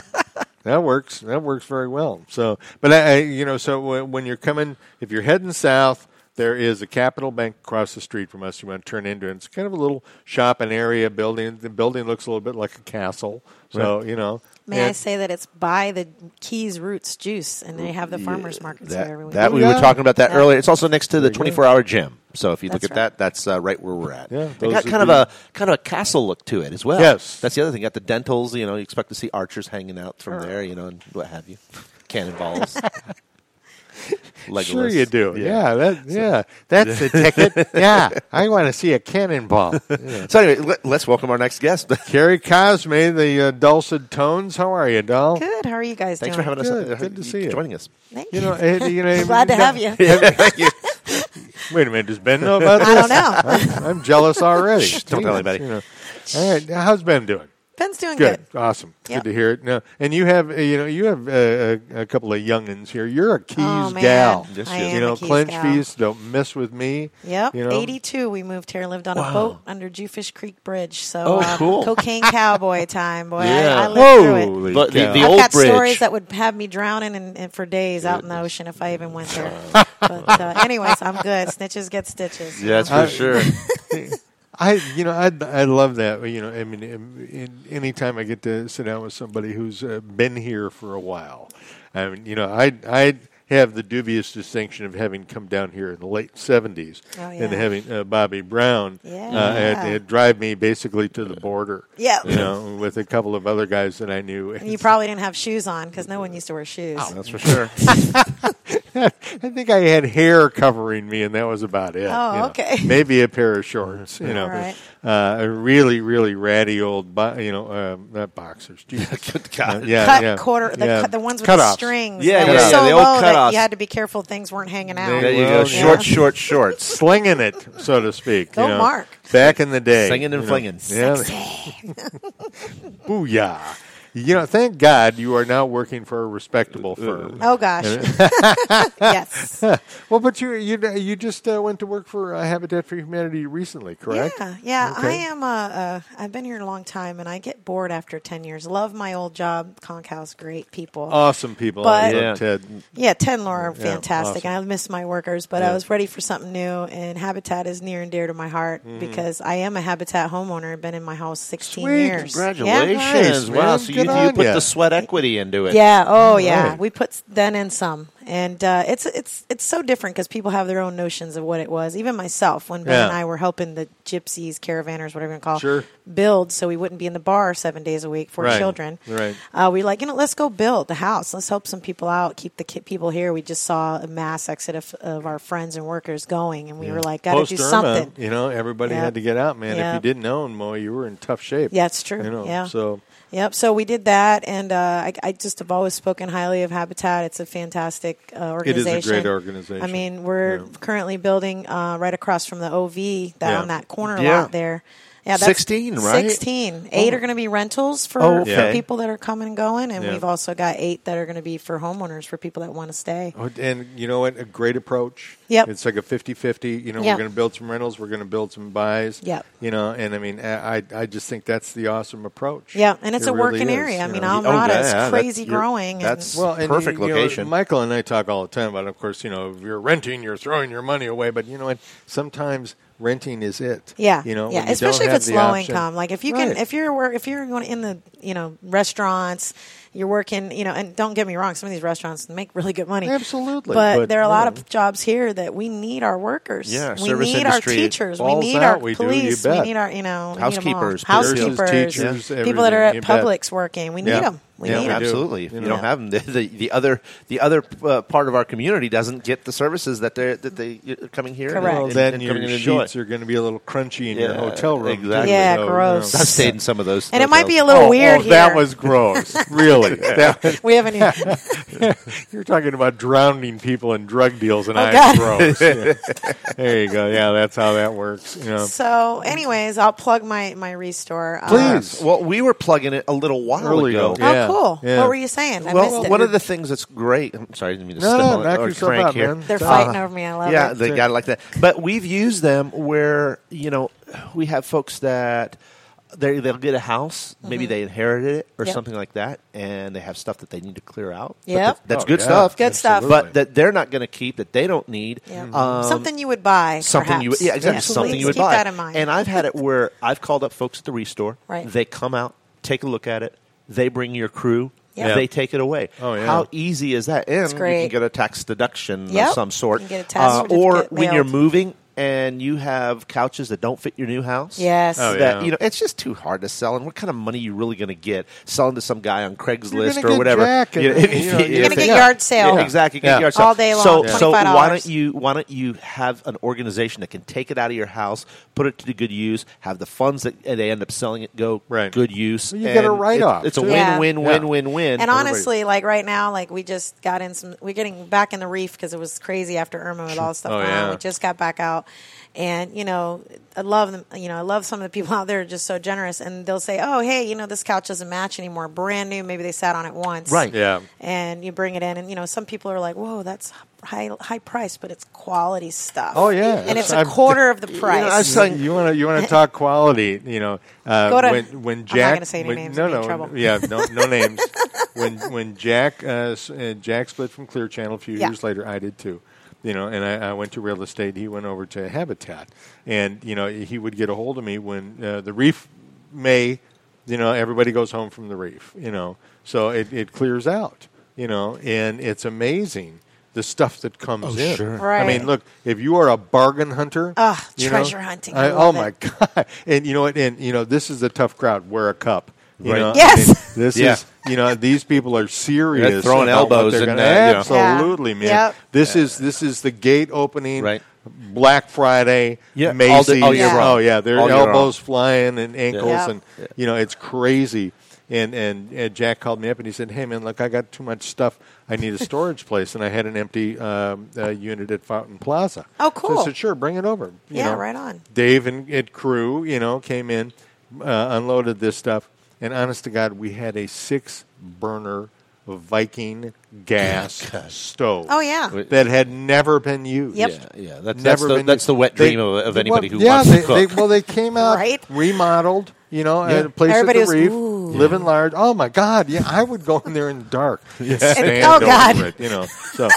that works. That works very well. So, but I, I you know, so when, when you're coming, if you're heading south, there is a Capital Bank across the street from us. You want to turn into, and it's kind of a little shopping area building. The building looks a little bit like a castle. So you know,
May I
and-
say that it's by the Keys Roots Juice, and they have the farmers markets
That,
here every week.
that we
Yeah.
were talking about that
Yeah.
earlier. It's also next to the 24-hour gym. So if you look
That's
at
right.
that, that's uh, right where we're at.
Yeah,
it
those
got
would
kind of
be-
a kind of a castle look to it as well.
Yes.
that's the other thing. Got the dentals. You know, you expect to see archers hanging out from there. You know, and what have you, cannonballs. Legolas.
Sure, you do. Yeah, that, yeah, that's the ticket. Yeah, I want to see a cannonball.
So anyway, let, let's welcome our next guest.
Carrie Cosme, the uh, dulcet tones. How are you, doll?
Good. How are you guys
Thanks for
doing?
having
Good,
us.
good to see you.
Joining us.
Thank
You know, eh, you know,
I'm glad to have you. I
Wait a minute, does Ben know about this?
don't know.
I'm jealous already.
don't tell
Jesus,
anybody.
you know. All right, now, how's Ben doing?
Ben's doing good.
Good, awesome.
Yeah.
Good to hear it. Now, and you have, uh, you know, you have uh, a, a couple of youngins here. You're a keys
Oh, man.
gal.
Yes, I
you
am a
know,
Keys
clench
gal.
fees. Don't mess with me.
Yep.
You know?
82, we moved here, lived on a boat under Jewfish Creek Bridge. So,
Oh,
uh,
cool.
cocaine cowboy time, boy. I, I lived through it.
Holy
But the-
cow.
the
I've
old
got
bridge.
stories that would have me drowning in, in, for days out in the ocean if I even went there. but, uh, anyways, I'm good. Snitches get stitches. you know?
for sure. I, you know, I, I love that. You know, I mean, in, in, anytime I get to sit down with somebody who's uh, been here for a while, I mean, you know, I, I have the dubious distinction of having come down here in the late 70s
Oh,
and
yeah.
having uh, Bobby Brown uh, had,
Yeah.
had drive me basically to the border.
Yeah.
You know, with a couple of other guys that I knew.
And you probably didn't have shoes on because no one used to wear shoes.
That's for sure. I think I had hair covering me, and that was about it.
Oh,
you know.
okay.
Maybe a pair of shorts. You know,
All right.
uh, a really, really ratty old, bo- you know, um, not boxers. Jesus. Uh, yeah,
cut
yeah.
quarter, the,
Yeah.
cut, the ones with the
Cutoffs.
strings.
Yeah,
that were
yeah, yeah,
so
the old
low that
cutoffs.
you had to be careful things weren't hanging out.
There you go.
Well,
Short,
yeah.
short, shorts.
Sling in it, so to speak.
Go
you know.
Mark.
Back in the day,
Singing and
you know.
flinging.
Yeah. Booyah! You know, thank God you are now working for a respectable
Uh,
firm.
Oh gosh. yes.
Well, but you you you just uh, went to work for uh, Habitat for Humanity recently, correct?
Yeah, yeah. I
Okay.
am. Uh, uh, I've been here a long time, and I get bored after ten years. Love my old job, Conch House. Great people.
Awesome people.
But-
I love
Yeah.
Ted.
yeah, Ted and Laura are
Yeah,
fantastic.
awesome.
I miss my workers, but
Yeah.
I was ready for something new, and Habitat is near and dear to my heart
Mm-hmm.
because I am a Habitat homeowner. I've been in my house sixteen
Sweet.
years.
Congratulations.
Yeah.
Nice,
wow.
man.
So you,
Good
you
on
put
ya.
the sweat equity into it.
Yeah. Oh, yeah.
right.
We put s- then in some, and uh, it's it's it's so different because people have their own notions of what it was. Even myself, when Ben
Yeah.
and I were helping the gypsies, caravanners, whatever you call,
Sure.
build, so we wouldn't be in the bar seven days a week for
Right.
children.
Right.
Uh, we like, you know, let's go build the house. Let's help some people out. Keep the ki- people here. We just saw a mass exit of, of our friends and workers going, and we were like, got to do
Post-Irma,
something.
You know, everybody
Yeah.
had to get out, man.
Yeah.
If you didn't own Mo, you were in tough shape.
Yeah, it's true.
You know,
Yeah.
So
Yep. So we did that, and uh, I, I just have always spoken highly of Habitat. It's a fantastic uh,
It is
organization.
a great organization.
I mean, we're
Yeah.
currently building uh, right across from the OV that
Yeah.
on that corner
Yeah.
lot there. Yeah,
16, right?
Sixteen. Eight are going to be rentals for,
Oh,
for
okay.
people that are coming and going, and
Oh. Yeah.
we've also got eight that are going to be for homeowners for people that want to stay.
Oh, And you know what? A great approach.
Yep.
It's like a 50-50. You know,
Yeah.
we're going to build some rentals. We're going to build some buys.
Yep.
You know, and I mean, I I I just think that's the awesome approach.
Yeah, and it's
It
a
really
working
is,
area. I
you
mean,
know. Oh,
Almorada
yeah,
is
that's-
crazy
you're-
growing.
that's-
and,
Well,
and
Perfect
you know,
location.
Michael and I talk all the time about, of course, you know, if you're renting, you're throwing your money away. But you know what? Sometimes renting is it.
yeah,
You know, when
yeah,
you
especially
don't
if
have
it's
the
low
option.
income. Like if you
Right.
can, if you're wor- if you're going in the you know restaurants, you're working. You know, and don't get me wrong, some of these restaurants make really good money.
Absolutely.
but,
But,
there are a
you
lot
know.
of jobs here that we need our workers.
Yeah,
we
service
need
industry
our teachers. We
balls
need
out,
our
we do, you
police.
bet.
we need our you know we need 'em all.
Housekeepers,
Nurses,
housekeepers,
teachers,
people that are
everything, you
at
bet.
Publix working. We need
Yeah.
'em. need them. We
Yeah,
need
we
them.
do.
absolutely. If
You
you,
know.
don't have them, the, the, the other the other uh, part of our community doesn't get the services that they that they are coming here. and-
Correct.
Well,
and-
then
and
your
coming to enjoy.
sheets are going to be a little crunchy in your
Yeah,
hotel room. too,
exactly.
Yeah,
so, you know.
gross.
I've stayed in some of those,
And it might
hotels.
be a little
oh,
weird
oh, that
here.
was gross. really, That was-
We haven't. Even,
you're talking about drowning people in drug deals, and
Oh,
I'm
God.
gross. Yeah. There you go. Yeah, that's how that works. You know.
so, anyways, I'll plug my my restore. Um,
Please.
Well, we were plugging it a little while
Early
ago.
ago.
Oh,
Yeah,
cool.
yeah.
What were you saying? I
Well,
missed it.
one of the things that's great. I'm sorry, I didn't mean to
No, no,
stumble
knock
or
yourself
crank
out,
here. Ah.
man.
They're fighting over me. I love
yeah,
it.
they
it.
got it like that. But we've used them where you know we have folks that they they'll get a house, maybe they inherited it or
Mm-hmm. Yep.
something like that, and they have stuff that they need to clear out. But
Yep.
that- that's
Oh,
good
yeah,
stuff.
Good stuff.
but that they're not going to keep that they don't need.
Yeah.
Um,
something you would buy.
something you
perhaps.
would, yeah exactly
Yes,
something
please
you would
keep
buy.
that in mind.
And I've had it where I've called up folks at the restore.
Right.
They come out, take a look at it. They bring your crew.
Yeah.
They take it away.
Oh, yeah.
How easy is that? And you
great.
can get a tax deduction
Yep.
of some sort. Uh,
You can get a tax
or
certificate
when you're
mailed.
moving and you have couches that don't fit your new house.
Yes. Oh,
that
yeah.
you know it's just too hard to sell. And what kind of money you really going to get selling to some guy on Craigslist
gonna
or
get
whatever?
jack and-
You know, if-
you know,
if-
you're
if
gonna get
it-
yard sale.
Yeah, Exactly. You can get
Yeah.
yard sale.
All day long,
So, so
$25.
why don't you why don't you have an organization that can take it out of your house, put it to good use, have the funds that they end up selling it go
Right.
good use.
Well, you get a
and
write-off,
It's, it's a
too.
win,
Yeah.
win,
Yeah.
win, win, win.
And honestly, like right now, like we just got in some. We're getting back in the reef because it was crazy after Irma with all the stuff
Oh,
going
yeah.
on. We just got back out, and you know, I love them. You know, I love some of the people out there are just so generous, and they'll say, "Oh, hey, you know, this couch doesn't match anymore, brand new. Maybe they sat on it once,
Right.
Yeah.
And you bring it in, and you know, some people are like, "Whoa, that's high high price, but it's quality stuff.
Oh yeah,
and it's a
I've-
quarter of the
you know,
price.
I was saying, you want to you want to talk quality. You know, uh,
Go to-
when
I'm
when
not
Jack
gonna say any
when-
names,
no
I'll be
no
in trouble.
yeah no no names. When when Jack uh, s- uh, Jack split from Clear Channel a few
Yeah.
years later, I did too. You know, and I, I went to real estate. He went over to Habitat, and you know he would get a hold of me when uh, the reef May. You know, everybody goes home from the reef. You know, so it, it clears out. You know, and it's amazing the stuff that comes
Oh,
in.
sure.
Right.
I mean, look, if you are a bargain hunter,
Ugh,
you
treasure hunting. I love
oh my
it.
god! And you know what? And you know this is a tough crowd. Wear a cup. You
Right.
know,
Yes.
I mean, this
Yeah.
is you know these people are serious.
They're throwing
about what
elbows
they're
and,
gonna-
uh, you know.
absolutely,
Yeah.
man.
Yep.
This is this is the gate opening.
Right.
Black Friday,
Yeah, all day- all
Macy's.
year
Yeah.
Oh
round.
yeah, their
All year
elbows flying and ankles,
Yeah.
and you know it's crazy. And, and and Jack called me up and he said, "Hey man, look, I got too much stuff. I need a storage place, and I had an empty um, uh, unit at Fountain Plaza.
Oh,
So
cool.
I said, "Sure, bring it over." you
Yeah,
know.
right on.
Dave and, and crew, you know, came in, uh, unloaded this stuff, and honest to God, we had a six burner Viking gas stove.
Oh, yeah.
that had never been used.
Yep.
Yeah, yeah. That's, that's,
Never
the,
been
that's
used.
the wet
They-
dream of, of
well,
anybody who
yeah,
wants
they,
to cook.
They, well, they came out
Right?
remodeled. You know, at a place
Everybody
at
was,
the reef,
"Ooh."
living large. Oh my God! Yeah, I would go in there in the dark. yeah.
oh, God.
It, you know, so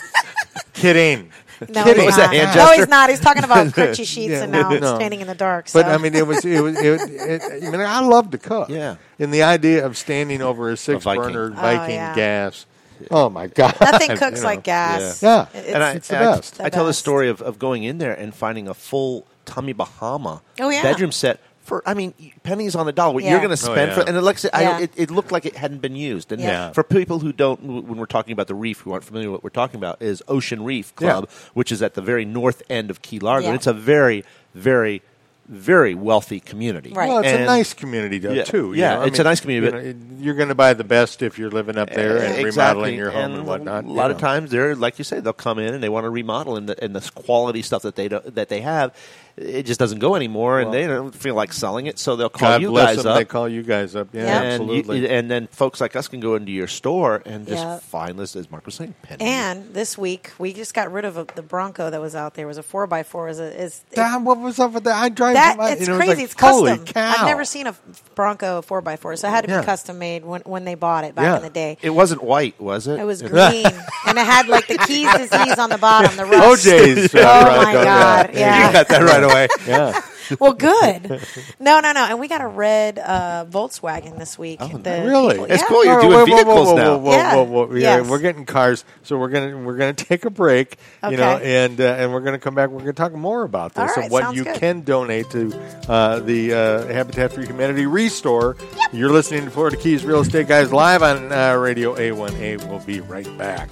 kidding.
No,
kidding.
he's
Was
not.
that hand
no,
gesture?
he's not. He's talking about crunchy sheets
Yeah,
and now
no.
standing in the dark. So.
But I mean, it was it was. It, it, I mean, I love to cook.
Yeah.
And the idea of standing over a six
Viking.
burner
Oh,
Viking
yeah.
gas. Oh my God!
nothing
you
cooks
know.
like gas.
Yeah. Yeah.
It-
And I-
it's
the
And I-
best.
I, tell the
best.
story of, of going in there and finding a full Tommy Bahama
Oh, yeah.
bedroom set for, I mean, pennies on the dollar. What
Yeah.
you're going to spend
Oh, yeah.
for, and it, looks,
Yeah.
I, it, it looked like it hadn't been used. And
Yeah. Yeah.
for people who don't, when we're talking about the reef, who aren't familiar with what we're talking about, is Ocean Reef
Yeah.
Club, which is at the very north end of Key Largo.
Yeah.
And it's a very, very, very wealthy community.
Right.
Well, it's
And-
a nice community though,
Yeah.
too.
Yeah, it's a nice community,
You are going to buy the best if you're living up there and remodeling your home and,
a-
whatnot.
A
you
lot of
know.
times, they're like you say, they'll come in and they want to remodel, and the, and this quality stuff that they do, that they have, it just doesn't go anymore, and they don't feel like selling it, so they'll call
God
you
bless
guys
them.
up.
They call you guys up. Yeah,
Yeah.
and, you-
absolutely.
and then folks like us can go into your store and just
Yep.
find this, as Mark was saying, pennies.
And this week we just got rid of a, the Bronco that was out there. It was a four x four. Is is
Damn, what was up with that? I drive
that?
by,
It's
and it was
crazy.
like,
it's custom.
Holy cow.
I've never seen a Bronco four x four, so it had to be
Yeah.
custom made when when they bought it back
Yeah.
in the day.
it wasn't white, was it?
It was green, and it had like the keys disease on the bottom. The rust.
OJ's.
Oh my
Bronco,
god!
yeah.
Yeah.
You got that right away.
Yeah.
Well, good. No, no, no. And we got a red uh, Volkswagen this week. The
Really?
people-
Oh, It's
yeah.
cool. You're
Whoa,
doing
whoa, whoa,
vehicles
whoa,
now.
Whoa, whoa,
Yeah.
whoa, whoa, Yeah,
Yes.
we're getting cars, so we're gonna we're gonna take a break,
Okay.
you know, and uh, and we're gonna come back. We're gonna talk more about
All
this
right,
and what
sounds
you
good.
can donate to uh, the uh, Habitat for Humanity Restore. You're listening to Florida Keys Real Estate Guys live on uh, Radio A1A. We'll be right back.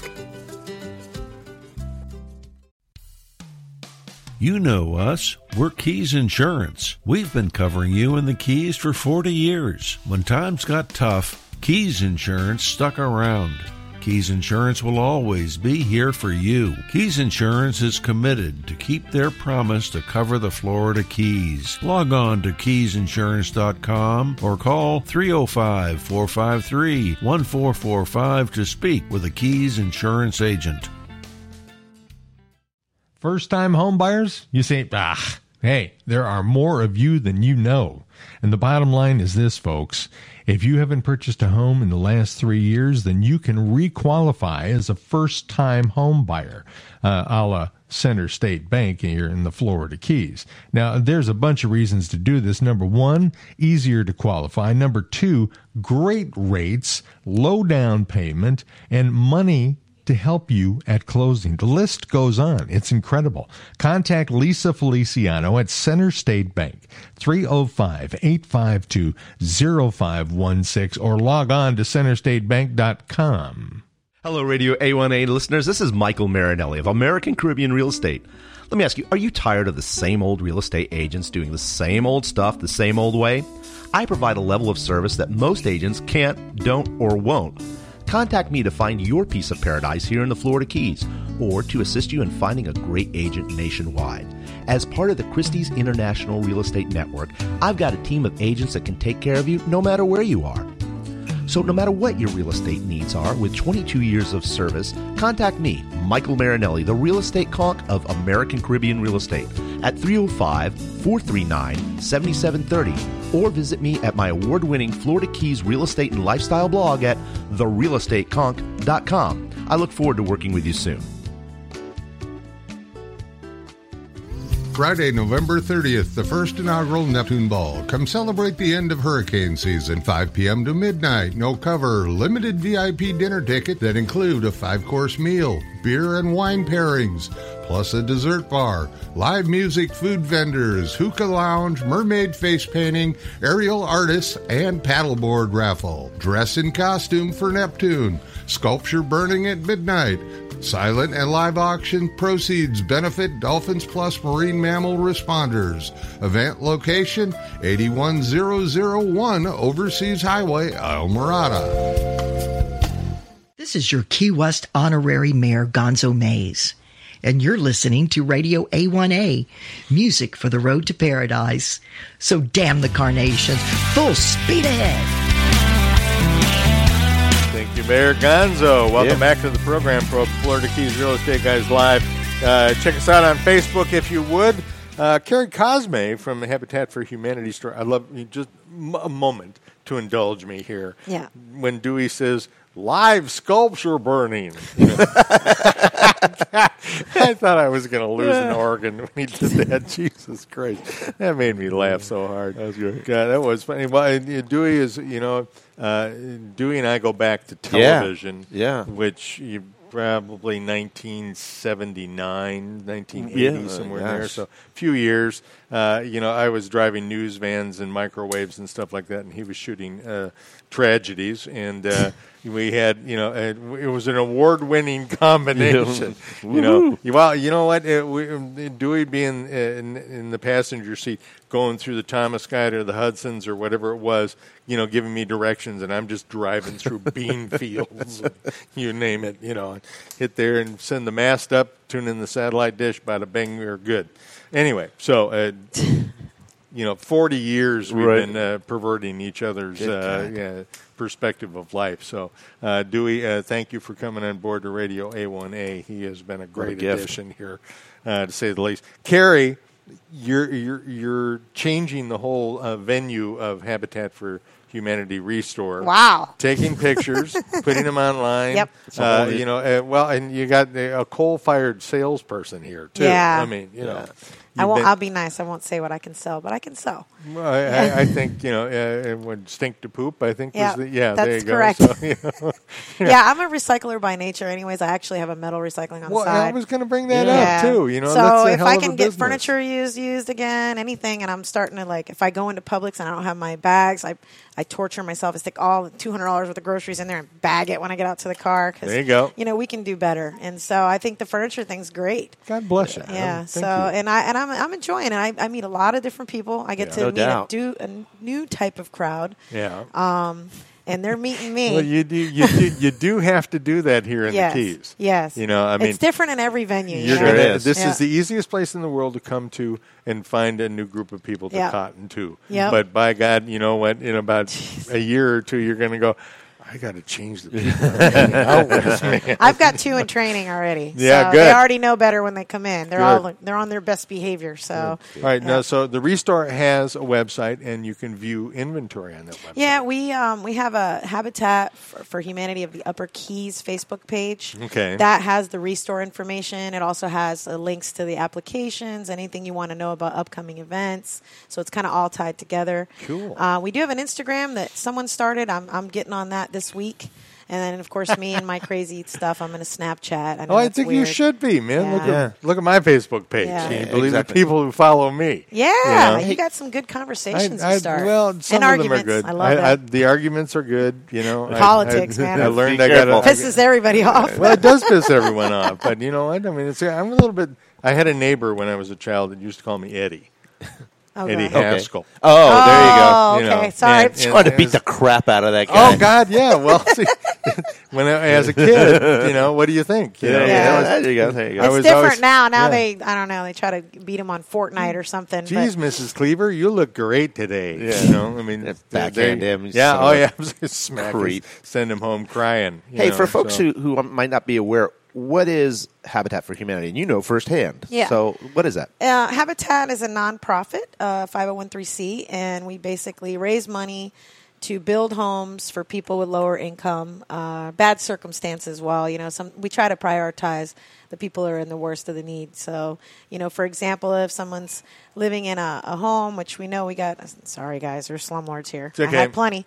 You know us. We're Keys Insurance. We've been covering you and the Keys for 40 years. When times got tough, Keys Insurance stuck around. Keys Insurance will always be here for you. Keys Insurance is committed to keep their promise to cover the Florida Keys. Log on to keysinsurance.com or call 305 453 1445 to speak with a Keys Insurance agent.
First time home buyers, you say, ah, hey, there are more of you than you know. And the bottom line is this, folks. If you haven't purchased a home in the last three years, then you can requalify as a first time home buyer, uh, a la Center State Bank here in the Florida Keys. Now, there's a bunch of reasons to do this. Number one, easier to qualify. Number two, great rates, low down payment, and money to help you at closing. The list goes on. It's incredible. Contact Lisa Feliciano at Center State Bank, 305-852-0516 or log on to centerstatebank.com.
Hello, Radio A1A listeners. This is Michael Marinelli of American Caribbean Real Estate. Let me ask you, are you tired of the same old real estate agents doing the same old stuff the same old way? I provide a level of service that most agents can't, don't, or won't. Contact me to find your piece of paradise here in the Florida Keys or to assist you in finding a great agent nationwide. As part of the Christie's International Real Estate Network, I've got a team of agents that can take care of you no matter where you are. So, no matter what your real estate needs are, with 22 years of service, contact me, Michael Marinelli, the real estate conch of American Caribbean Real Estate, at 305 439 7730, or visit me at my award winning Florida Keys real estate and lifestyle blog at therealestateconch.com. I look forward to working with you soon.
Friday, November 30th, the first inaugural Neptune Ball. Come celebrate the end of hurricane season, 5 p.m. to midnight. No cover, limited VIP dinner ticket that include a five-course meal, beer and wine pairings, plus a dessert bar, live music, food vendors, hookah lounge, mermaid face painting, aerial artists, and paddleboard raffle. Dress in costume for Neptune. Sculpture burning at midnight. Silent and live auction proceeds benefit Dolphins Plus marine mammal responders. Event location 81001 Overseas Highway, Almarada.
This is your Key West honorary mayor, Gonzo Mays, and you're listening to Radio A1A, music for the road to paradise. So damn the carnations, full speed ahead.
Thank you, Mayor Gonzo. Welcome back to the program for Florida Keys Real Estate Guys Live. Uh, check us out on Facebook if you would. Uh, Karen Cosme from Habitat for Humanity store. I love you just m- a moment to indulge me here.
Yeah.
When Dewey says live sculpture burning, I thought I was going to lose an organ when he did that. Jesus Christ, that made me laugh so hard. That was good. God, that was funny. Well, and, uh, Dewey is, you know, uh, Dewey and I go back to
Yeah.
television,
Yeah.
which you probably 1979, 1980,
Yeah. Oh,
somewhere
Gosh.
there. So a few years. Uh, you know, I was driving news vans and microwaves and stuff like that, and he was shooting uh, tragedies. And uh, we had, you know, uh, it was an award-winning combination.
Yeah.
You know,
Woo-hoo.
you- well, you know what? Uh, we, um, Dewey being uh, in, in the passenger seat, going through the Thomas Guide or the Hudsons or whatever it was, you know, giving me directions, and I'm just driving through bean fields, and you name it, you know, hit there and send the mast up, tune in the satellite dish, bada bing, we're good. Anyway, so. Uh, You know, forty years we've
Right.
been uh, perverting each other's
Good
uh,
God.
yeah, perspective of life. So, uh, Dewey, uh, thank you for coming on board to Radio A1A. He has been a
What a
great
gift.
addition here, uh, to say the least. Carrie, you're you're you're changing the whole uh, venue of Habitat for Humanity Restore.
Wow.
Taking pictures, putting them online.
Yep.
Uh, you know, uh, well, and you got the- a coal-fired salesperson here too.
Yeah.
I mean, you know,
I
you've
won't.
been-
I'll be nice. I won't say what I can sell, but I can sell.
Well, I, I, I think you know uh, it would stink to poop. I think
Yeah,
was the, yeah, there
that's
you go.
correct.
So, you know,
Yeah. I'm a recycler by nature. Anyways, I actually have a metal recycling on
Well,
the
and I
side.
was gonna bring that up, too, you know,
so
that's a
if
hell
I
of a
can get
business.
furniture used used again, anything, and I'm starting to like, if I go into Publix and I don't have my bags, I I torture myself. I stick all the two hundred dollars worth of groceries in there and bag it when I get out to the car. 'cause,
There you go.
You know, we can do better, and so I think the furniture thing's great.
God bless you.
Yeah.
Um,
so
thank you.
and I and I'm I'm enjoying it. I, I meet a lot of different people. I get
Yeah.
to
No
meet
doubt.
a, do, a new type of crowd.
Yeah.
Um, and they're meeting me.
Well, you do you do you do have to do that here in
yes.
the Keys.
Yes.
you know, I mean,
it's different in every venue. you
You're
know?
gonna, This is the easiest place in the world to come to and find a new group of people to
Yeah.
cotton to.
Yep.
But by God, you know what? In about a year or two, you're going to go. I got to change the people. I'm hanging out with, man."
I've got two in training already.
Yeah,
so
good.
They already know better when they come in. They're all
Good.
they're on their best behavior. So
All right,
yeah.
now so the Restore has a website, and you can view inventory on that website.
Yeah, we um, we have a Habitat for, for Humanity of the Upper Keys Facebook page.
Okay.
That has the restore information. It also has uh, links to the applications, anything you want to know about upcoming events. So it's kind of all tied together.
Cool.
Uh, we do have an Instagram that someone started. I'm I'm getting on that this week. And then, of course, me and my crazy stuff. I'm going to Snapchat. I know
oh, I
that's
think you
weird.
should be, man. Look,
Yeah.
at, look at my Facebook page.
Yeah.
Can you
Yeah,
believe
exactly.
the people who follow me?
Yeah,
know?
you got some good conversations
I- I-
to start.
Well, some
and
of
arguments.
them are good.
I love that.
the arguments are good. You know, I-
Politics,
I,
man.
I learned
Be
I got
careful.
Pisses everybody off.
Well, it does piss everyone off, but you know what? I mean, it's I'm a little bit. I had a neighbor when I was a child that used to call me Eddie.
Oh,
Eddie
God. Okay.
Haskell.
Oh, there you go.
Oh,
You know,
okay. Sorry.
and-
Trying to beat the crap out of that guy.
Oh God, yeah. Well, see, when I, as a kid, you know, what do you think? You
Yeah,
know,
yeah.
I was-
There you go, there you go.
I
It's
was
different
always-
now. Now
yeah.
they, I don't know, they try to beat him on Fortnite or something. but-
Geez, Mrs. Cleaver, you look great today. You know, I mean,
backhand
they-
him,
Yeah,
son
oh
of a
yeah, smack his-
creep.
send him home crying. you
Hey,
know,
for folks
so.
who, who might not be aware, what is Habitat for Humanity? And you know firsthand.
Yeah.
So what is that?
Uh, oh Habitat is a nonprofit, uh, 5013C, and we basically raise money to build homes for people with lower income, uh, bad circumstances. Well, you know, some we try to prioritize the people who are in the worst of the need. So, you know, for example, if someone's living in a, a home, which we know we got. Sorry, guys, there's slumlords here.
It's okay.
I had plenty.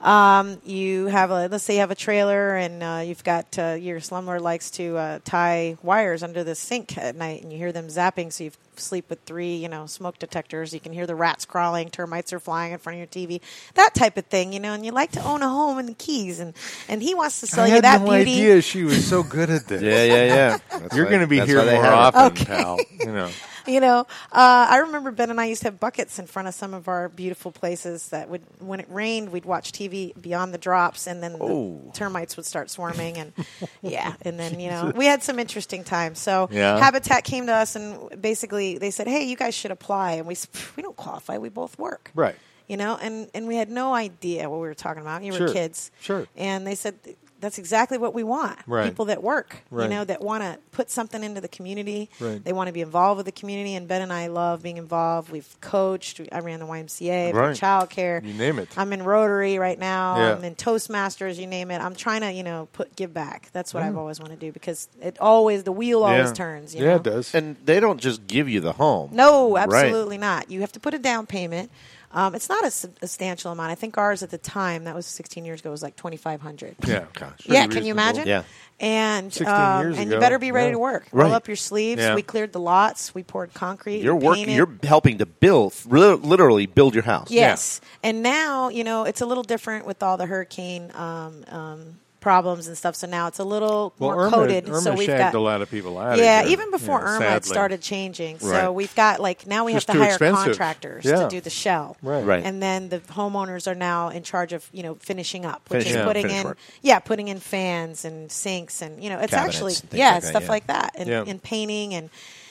Um, you have a let's say you have a trailer and uh, you've got uh, your slumlord likes to uh, tie wires under the sink at night, and you hear them zapping. So you sleep with three, you know, smoke detectors. You can hear the rats crawling, termites are flying in front of your TV, that type of thing, you know. And you like to own a home and the keys, and and he wants to sell
I
you
had
that
no
beauty.
idea she was so good at this.
Yeah, yeah, yeah. That's
You're
why-
going to be
that's
here
why they
more
have it.
often,
Okay.
pal. You know.
You know, uh, I remember Ben and I used to have buckets in front of some of our beautiful places that would, when it rained, we'd watch TV beyond the drops, and then
Oh.
the termites would start swarming, and yeah, and then you know we had some interesting times. So
Yeah.
Habitat came to us, and basically they said, "Hey, you guys should apply," and we s- we don't qualify, we both work,
Right.
you know, and and we had no idea what we were talking about. You
Sure.
were kids,
Sure.
and they said. That's exactly what we want.
Right.
People that work,
Right.
you know, that want to put something into the community.
Right.
They want to be involved with the community, and Ben and I love being involved. We've coached. We, I ran the YMCA,
Right.
child care.
You name it.
I'm in Rotary right now.
Yeah.
I'm in Toastmasters. You name it. I'm trying to, you know, put give back. That's what I've
Mm.
always wanted to do because it always the wheel always
Yeah.
turns. You
yeah,
know?
it does. And they don't just give you the home.
No,
Right.
absolutely not. You have to put a down payment. Um, it's not a substantial amount. I think ours at the time that was 16 years ago was like 2,500.
Yeah. Gosh.
yeah.
Pretty
Can you
reasonable.
imagine?
Yeah.
And
16
um,
years
and
ago,
you better be ready
yeah.
to work.
Right.
Roll up your sleeves.
Yeah.
We cleared the lots. We poured concrete.
You're
we
working.
painted.
You're helping to build, li- literally build your house.
Yes. And now, you know, it's a little different with all the hurricane um, um, problems and stuff. So now it's a little
Well,
more
Irma,
coded.
Irma
so we've
shagged
got
a lot of people out. of
yeah,
here,
even before
you know,
Irma it
sadly.
started changing. So
Right.
we've got like now we
Just
have
too
to hire
expensive.
contractors
Yeah.
to do the shell.
Right. Right.
And then the homeowners are now in charge of, you know, finishing up, which
Finishing
is
up,
putting
finish
in
work.
yeah, putting in fans and sinks and you know, it's
Cabinets
actually
and things
yeah,
like that,
stuff
yeah.
like that. And,
Yeah.
and painting and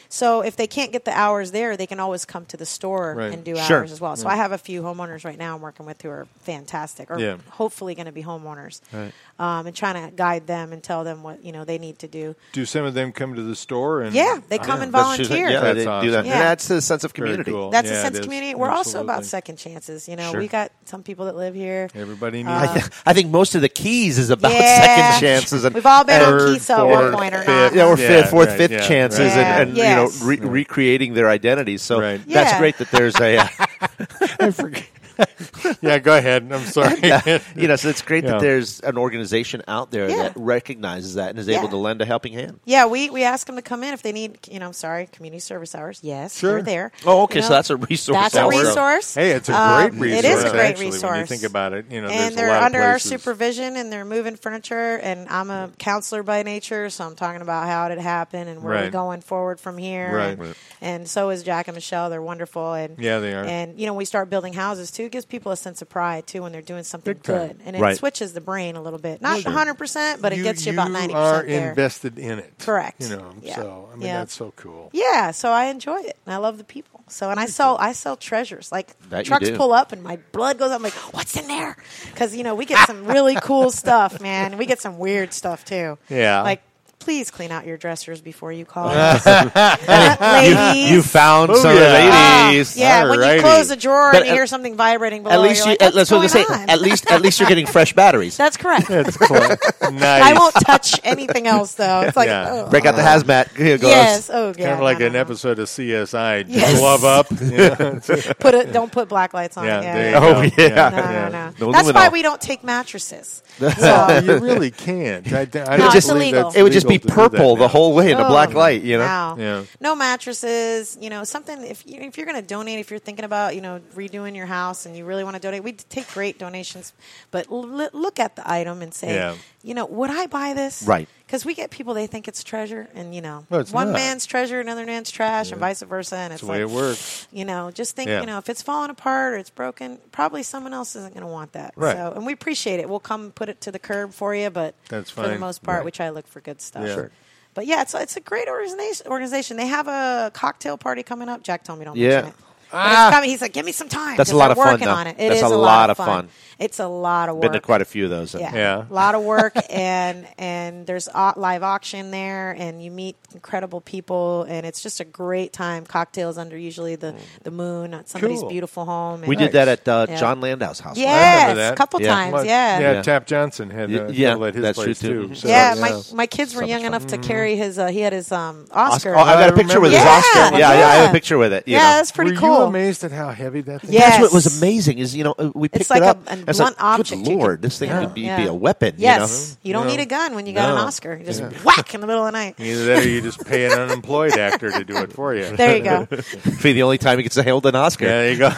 so if they can't get the hours there, they can always come to the store
Right.
and do
Sure.
hours as well. So I
Yeah.
have a few homeowners right now I'm working with who are fantastic or
Yeah.
hopefully going to be homeowners.
Right.
Um, and trying to guide them and tell them what, you know, they need to do.
Do some of them come to the store and
Yeah, they come and
That's just-
volunteer.
Yeah,
that's
they do
awesome.
that. And that's a sense of
Very
community.
cool.
That's
Yeah,
a
it
sense of
is.
community. We're also about
Absolutely.
second chances. You know,
Sure.
we got some people that live here. Um,
Everybody needs.
I, th- I think most of the keys is about
Uh, Yeah.
second chances. And,
We've all been on
and-
key cell at one Third, point or fourth, not.
Yeah, or fifth,
yeah,
fourth,
right,
fifth
yeah,
chances,
right. Yeah.
and, and
Yes.
you know, re- recreating their identities. So that's
Yeah.
great that there's a. Uh,
yeah, go ahead. I'm sorry.
you know, so it's great
Yeah.
that there's an organization out there
Yeah.
that recognizes that and is
Yeah.
able to lend a helping hand.
Yeah, we, we ask them to come in if they need, you know, I'm sorry, community service hours. Yes,
Sure.
they're there.
Oh, okay,
You
so
know,
that's a resource
That's
also.
a resource.
Hey, it's a
Um,
great resource.
It is a great
actually,
resource.
When you think about it, you know, there's
and
a
they're
lot
under
of
our
places.
supervision and they're moving furniture and i'm a counselor by nature so i'm talking about how it happened and where we're
Right.
going forward from here
Right.
and,
Right.
and so is jack and michelle they're wonderful and
Yeah, they are.
and you know we start building houses too it gives people a sense of pride too when they're doing something
Big time.
good and it
Right.
switches the brain a little bit not
Sure.
100% but it gets you, about 90%
You are
there
invested in it.
Correct.
You know,
Yeah.
so I mean
Yeah.
that's so cool.
yeah, so I enjoy it, and I love the people. So, and I sell, I sell treasures. Like
That you
trucks
do.
pull up, and my blood goes up. I'm like, what's in there? Because you know we get some really cool stuff, man. We get some weird stuff too.
Yeah.
like please clean out your dressers before you call us,
you,
ladies.
you found
Oh,
some of
yeah.
the ladies.
Yeah, when you close a drawer
But
and you
at-
hear something vibrating below,
At least
you're
you.
like,
at,
what's
that's what I was
going
gonna
on?
say. At least, at least you're getting fresh batteries.
That's correct. That's
nice.
I won't touch anything else though. It's like oh.
Break out the hazmat. Here it goes.
Yes. Oh,
Uh-huh. It's
yeah.
kind of like an episode of CSI. Just
Yes.
glove up. you know.
put it. Don't put black lights on.
Yeah,
it. Yeah,
there
yeah.
you Oh, go. yeah.
No, no,
Yeah. No
no. That's why
luminol.
we don't take mattresses.
Well, you really can't. I, I don't
No, it's
believe
illegal. Oh,
that's
It would just be
legal to do that
purple
now.
the whole way in a black
No,
light. You know.
no.
Yeah.
No mattresses. You know something. If you, if you're going to donate, if you're thinking about you know redoing your house and you really want to donate, we take great donations, but l- look at the item and say,
Yeah.
you know, would I buy this?
Right.
Because we get people they think it's treasure, and you know,
No, it's
one
not.
man's treasure, another man's trash, and vice versa. And
That's
it's
the way
like,
it works.
You know, just think,
Yeah.
you know, if it's falling apart or it's broken, probably someone else isn't going to want that.
Right.
So, and we appreciate it. We'll come put it to the curb for you, but
That's
for the
fine.
most part,
Right.
we try to look for good stuff.
Yeah. Sure.
But yeah, it's it's a great organization. Organization. They have a cocktail party coming up. Jack told me don't
Yeah.
mention it. But
Ah.
it's coming. He's like, give me some time.
That's a
'cause
lot
they're
of fun,
working
though.
on it. It
That's
is a
a
lot
lot of
of
fun.
It's a lot of work.
Been to quite a few of those. uh,
Yeah.
Yeah.
a lot of work, and and there's au- live auction there, and you meet incredible people, and it's just a great time. Cocktails under usually the the moon at somebody's
Cool.
beautiful home. and-
Mm. We did that at uh,
Yeah.
John Landau's house.
Yes, couple times. Yeah.
Yeah,
Yeah.
Tap Johnson had
Y-
a
yeah,
yeah, at his
that's true,
place
too.
too.
Mhm.
so-
yeah, my my kids were young enough to carry his. Uh, he had his um, Oscar.
Mm-hmm. Oh, I got a picture with his Oscar. Yeah, yeah, I have
Yeah.
a picture with it. you
Yeah,
know.
that's pretty
Were
cool.
you amazed at how heavy that thing?
Yes.
That's what was amazing is you know uh, we picked
like
it
a-
up.
a
and it's
blunt
like,
object
Good
you
lord, this thing
Yeah.
could be,
Yeah.
be a weapon.
Yes, you, don't
No.
need a gun when you got an
No.
Oscar. You just
Yeah.
whack in the middle of the night.
Either that or you just pay an unemployed actor to do it for you.
There you go.
You know, be the only time he gets a hailed an Oscar.
Yeah, there you go.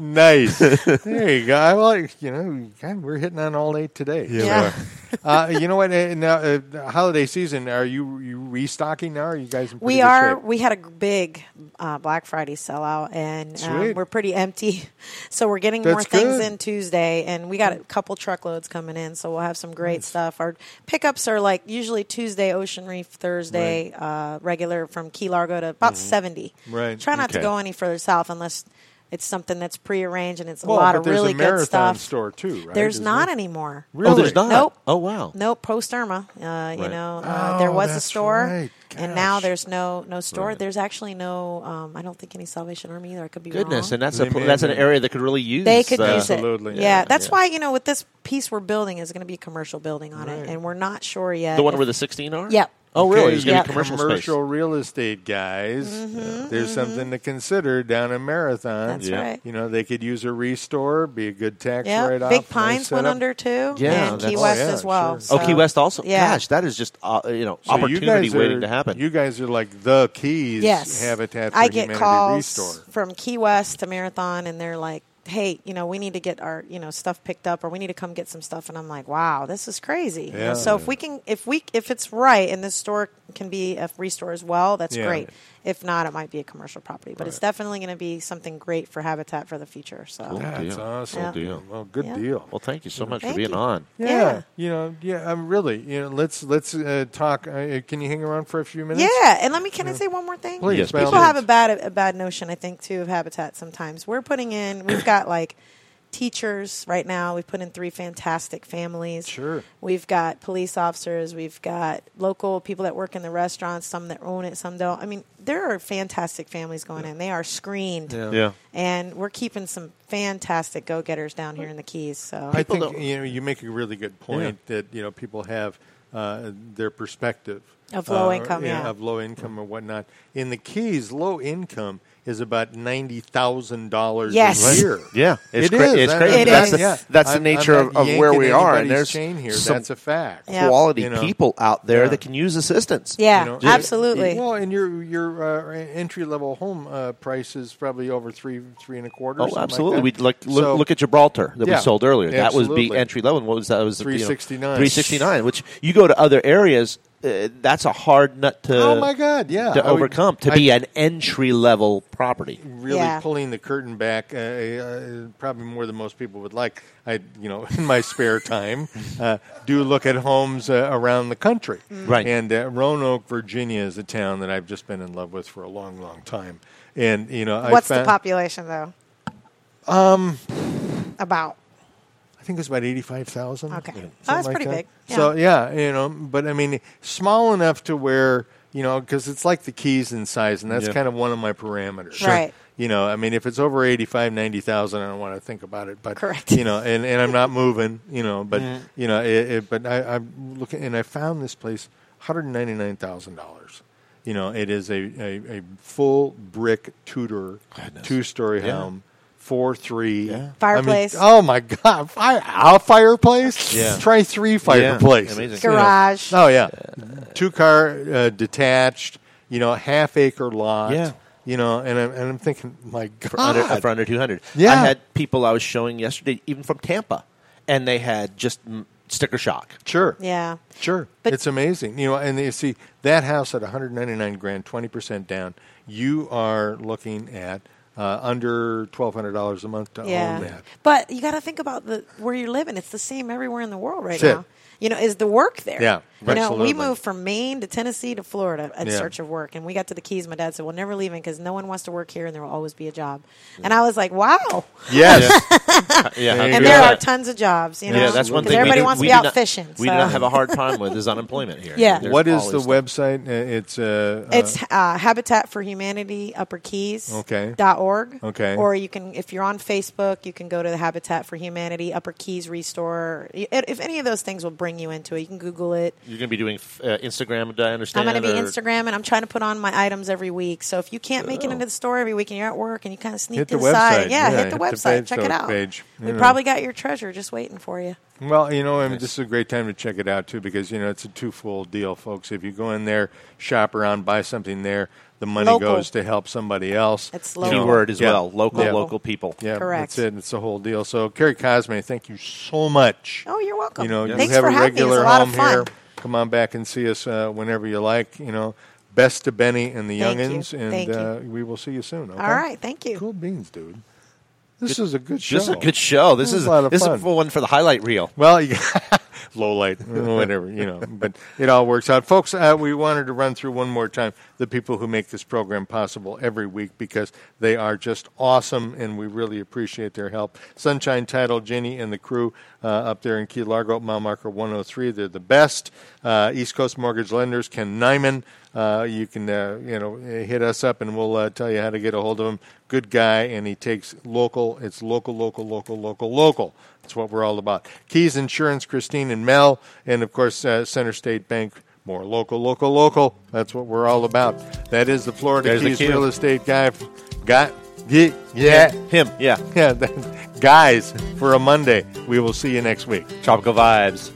nice. There you go. I like you know, God, we're hitting on all eight today.
Yeah.
So, uh, you know what? uh, Now, uh, the holiday season. Are you you restocking now? Are you guys? In pretty
We
good
are.
shape?
We had a g- big uh, Black Friday sellout, and um,
Sweet.
we're pretty empty. So we're getting more
That's
things
good.
in Tuesday, and we got a couple truckloads coming in. So we'll have some great stuff. Our pickups are like usually Tuesday Ocean Reef, Thursday uh, regular from Key Largo to about seventy.
Mm-hmm. Right.
Try not to
Okay.
go any further south unless it's something that's prearranged and it's
Well,
a lot
but
of
there's
really
a
good
marathon
stuff.
store too, right?
There's
Isn't
not
there?
anymore.
Really?
Oh, there's not.
Nope.
Oh wow.
Nope, post Irma. Uh, You
Right.
know, uh,
Oh,
there was a
that's
store,
right.
and now
Gosh.
there's no no store. There's actually no. Um, I don't think any Salvation Army either. I could be
Goodness,
wrong.
and that's
They
a pl-
may
that's an
have been-
area that could really use.
they could
uh,
use it.
Absolutely.
Yeah,
Yeah,
that's
yeah.
why you know with this piece we're building is going to be a commercial building on it, and we're not sure yet.
The one
if-
where the sixteen are.
Yep.
Oh really? It's
Okay,
yeah.
going to be commercial, space.
real estate guys. There's something to consider down in Marathon.
Mm-hmm. That's Yeah. right.
You know, they could use a restore, be a good tax
yeah,
write-off.
Big
nice
Pines went
setup.
under too,
Yeah,
and
that's-
Key
Oh,
West
yeah,
as well.
sure.
Oh,
so-
Key West also.
Yeah.
Gosh, that is just uh, you know
So you
opportunity
guys
waiting
are-
to happen.
You guys are like the keys
yes.
habitat for
I get
humanity
calls
restore.
from Key West to Marathon, and they're like, "Hey, you know, we need to get our you know stuff picked up, or we need to come get some stuff." And I'm like, "Wow, this is crazy." You know,
Yeah.
So if we can, if we, if it's right, and this store can be a restore as well, that's
Yeah.
great. If not, it might be a commercial property, but it's definitely going to be something great for Habitat for the future. So.
That's
deal.
awesome.
Good deal.
Well, good
Yeah.
deal.
Well, thank you so much for
Thank
being
you.
on.
yeah.
yeah.
you know, yeah. I'm really, you know, let's let's uh, talk. Uh, can you hang around for a few minutes?
Yeah, and let me can I say one more thing?
please.
Yes,
by all
People have a
means.
bad a bad notion, I think, too, of habitat. Sometimes we're putting in, we've got like teachers right now. We've put in three fantastic families.
Sure.
We've got police officers. We've got local people that work in the restaurants. Some that own it, some don't. I mean, there are fantastic families going in. They are screened.
Yeah.
And we're keeping some fantastic go getters down here in the Keys. So
I think
don't-
you know you make a really good point that you know people have uh, their perspective
Of low
uh,
income, yeah.
of low income and whatnot. In the Keys, low income is about ninety thousand dollars
Yes.
a year.
Yeah, it's
It
cra-
is.
It's
I-
crazy.
It
but that's
is.
the,
yeah.
that's the
I'm- I'm
nature of,
not
of where
yanking
we are, and
anybody's
there's
chain here.
some
That's a fact.
Yeah.
quality
You know.
people out there
Yeah.
that can use assistance.
yeah,
You know,
absolutely.
Well, and your your uh, entry level home uh, price is probably over three three and a quarter.
Oh,
something
absolutely.
Like
we
that.
look, look,
So-
look at Gibraltar that
Yeah,
we sold earlier. That was be
absolutely.
entry level. And what was that? It was you know,
369.
369, Which you go to other areas, uh, that's a hard nut to.
Oh my God! Yeah,
To
I would-
overcome to
I-
be an entry level property.
really
Yeah.
pulling the curtain back, uh, uh, probably more than most people would like. I, you know, in my spare time, uh, do look at homes uh, around the country.
Right.
And uh, Roanoke, Virginia, is a town that I've just been in love with for a long, long time. And you know,
What's
I
the
found,
population though? Um, about
I think it's about eighty-five thousand.
Okay. Oh, that's pretty big. Yeah.
So yeah, you know, but I mean, small enough to where you know, because it's like the keys in size, and that's
Yeah.
kind of one of my parameters.
Sure. Right.
You know, I mean, if it's over eighty-five, ninety thousand, I don't want to think about it. But
Correct.
You know, and, and I'm not moving. You know, but you know, it, it, but I, I'm looking, and I found this place, one hundred ninety-nine thousand dollars. You know, it is a, a, a full brick Tudor two story
Yeah.
home, four three I mean,
Fireplace.
oh my god, fire a fireplace.
Yeah.
try three fireplaces.
Amazing.
you know.
Garage.
Oh yeah, two car uh, detached. You know, half acre lot.
Yeah.
You know, and I'm and I'm thinking, my god,
for under for under 200.
Yeah.
I had people I was showing yesterday, even from Tampa, and they had just mm, sticker shock.
sure,
yeah.
Sure,
But-
it's amazing. You know, and you see that house at 199 grand, 20 percent down. You are looking at uh, under twelve hundred dollars a month to own that.
But you got to think about the where you're living. It's the same everywhere in the world right
That's it.
now. You know, is the work there?
Yeah.
You know, we
Absolutely.
moved from Maine to Tennessee to Florida in
Yeah.
search of work, and we got to the Keys. My dad said, "We're never leaving because no one wants to work here, and there will always be a job." And I was like, "Wow!"
Mm. Yes. Yeah,
and
I agree
there
with
are
that.
tons of jobs. You know,
yeah, that's one
'cause
thing. we
Everybody
do-
wants
we
to
do
be out
not-
fishing.
We
so.
do not have a hard time with is unemployment here.
Yeah.
There's
What is
always
the
stuff.
website? Uh, It's uh, uh,
It's uh, Habitat for Humanity Upper Keys
Okay.
dot org.
Okay.
Or you can, if you're on Facebook, you can go to the Habitat for Humanity Upper Keys Restore. Y- If if any of those things will bring you into it, you can Google it.
You're going to be doing uh, Instagram, do I
I'm
understand?
going to be
or-
Instagram, and I'm trying to put on my items every week. So if you can't make it into the store every week and you're at work and you kind of sneak
Oh. Hit the
inside, yeah,
website. Yeah,
hit the
hit the
website, check it
Facebook
out.
page, you
we
know.
probably got your treasure just waiting for you.
Well, you know, I mean, this is a great time to check it out too, because you know it's a twofold deal, folks. If you go in there, shop around, buy something there, the money
Local.
goes to help somebody else.
It's
You
local.
know,
Keyword as
yeah,
well. Local,
yeah,
local people.
Yeah,
Correct.
that's it. It's the whole deal. So, Kerry Cosme, thank you so much.
Oh, you're welcome.
You know, you
Thanks
have
for
a
having me. It was
regular
a lot of
home
fun.
here. Come on back and see us uh, whenever you like. You know, best to Benny and the
Thank you.
youngins, and
Thank you.
Uh, we will see you soon. Okay?
All right, thank you.
Cool beans, dude. This is a good show.
This is a good show. This
That was
is
a lot of
this
fun.
is a one for the highlight reel.
Well, you low light, whatever, you know, but it all works out. Folks, uh, we wanted to run through one more time the people who make this program possible every week because they are just awesome and we really appreciate their help. Sunshine Title, Jenny and the crew uh, up there in Key Largo, mile marker 103, they're the best. Uh, East Coast Mortgage Lenders, Ken Nyman. Uh, you can uh, you know hit us up and we'll uh, tell you how to get a hold of him. Good guy, and he takes local. It's local, local, local, local, local. That's what we're all about. Keys Insurance, Christine and Mel, and of course uh, Center State Bank. More local, local, local. That's what we're all about. That is the Florida
There's the
Keys
cue.
real estate guy. Got yeah, yeah,
Him, yeah.
yeah. that- Guys, for a Monday, we will see you next week.
Tropical vibes.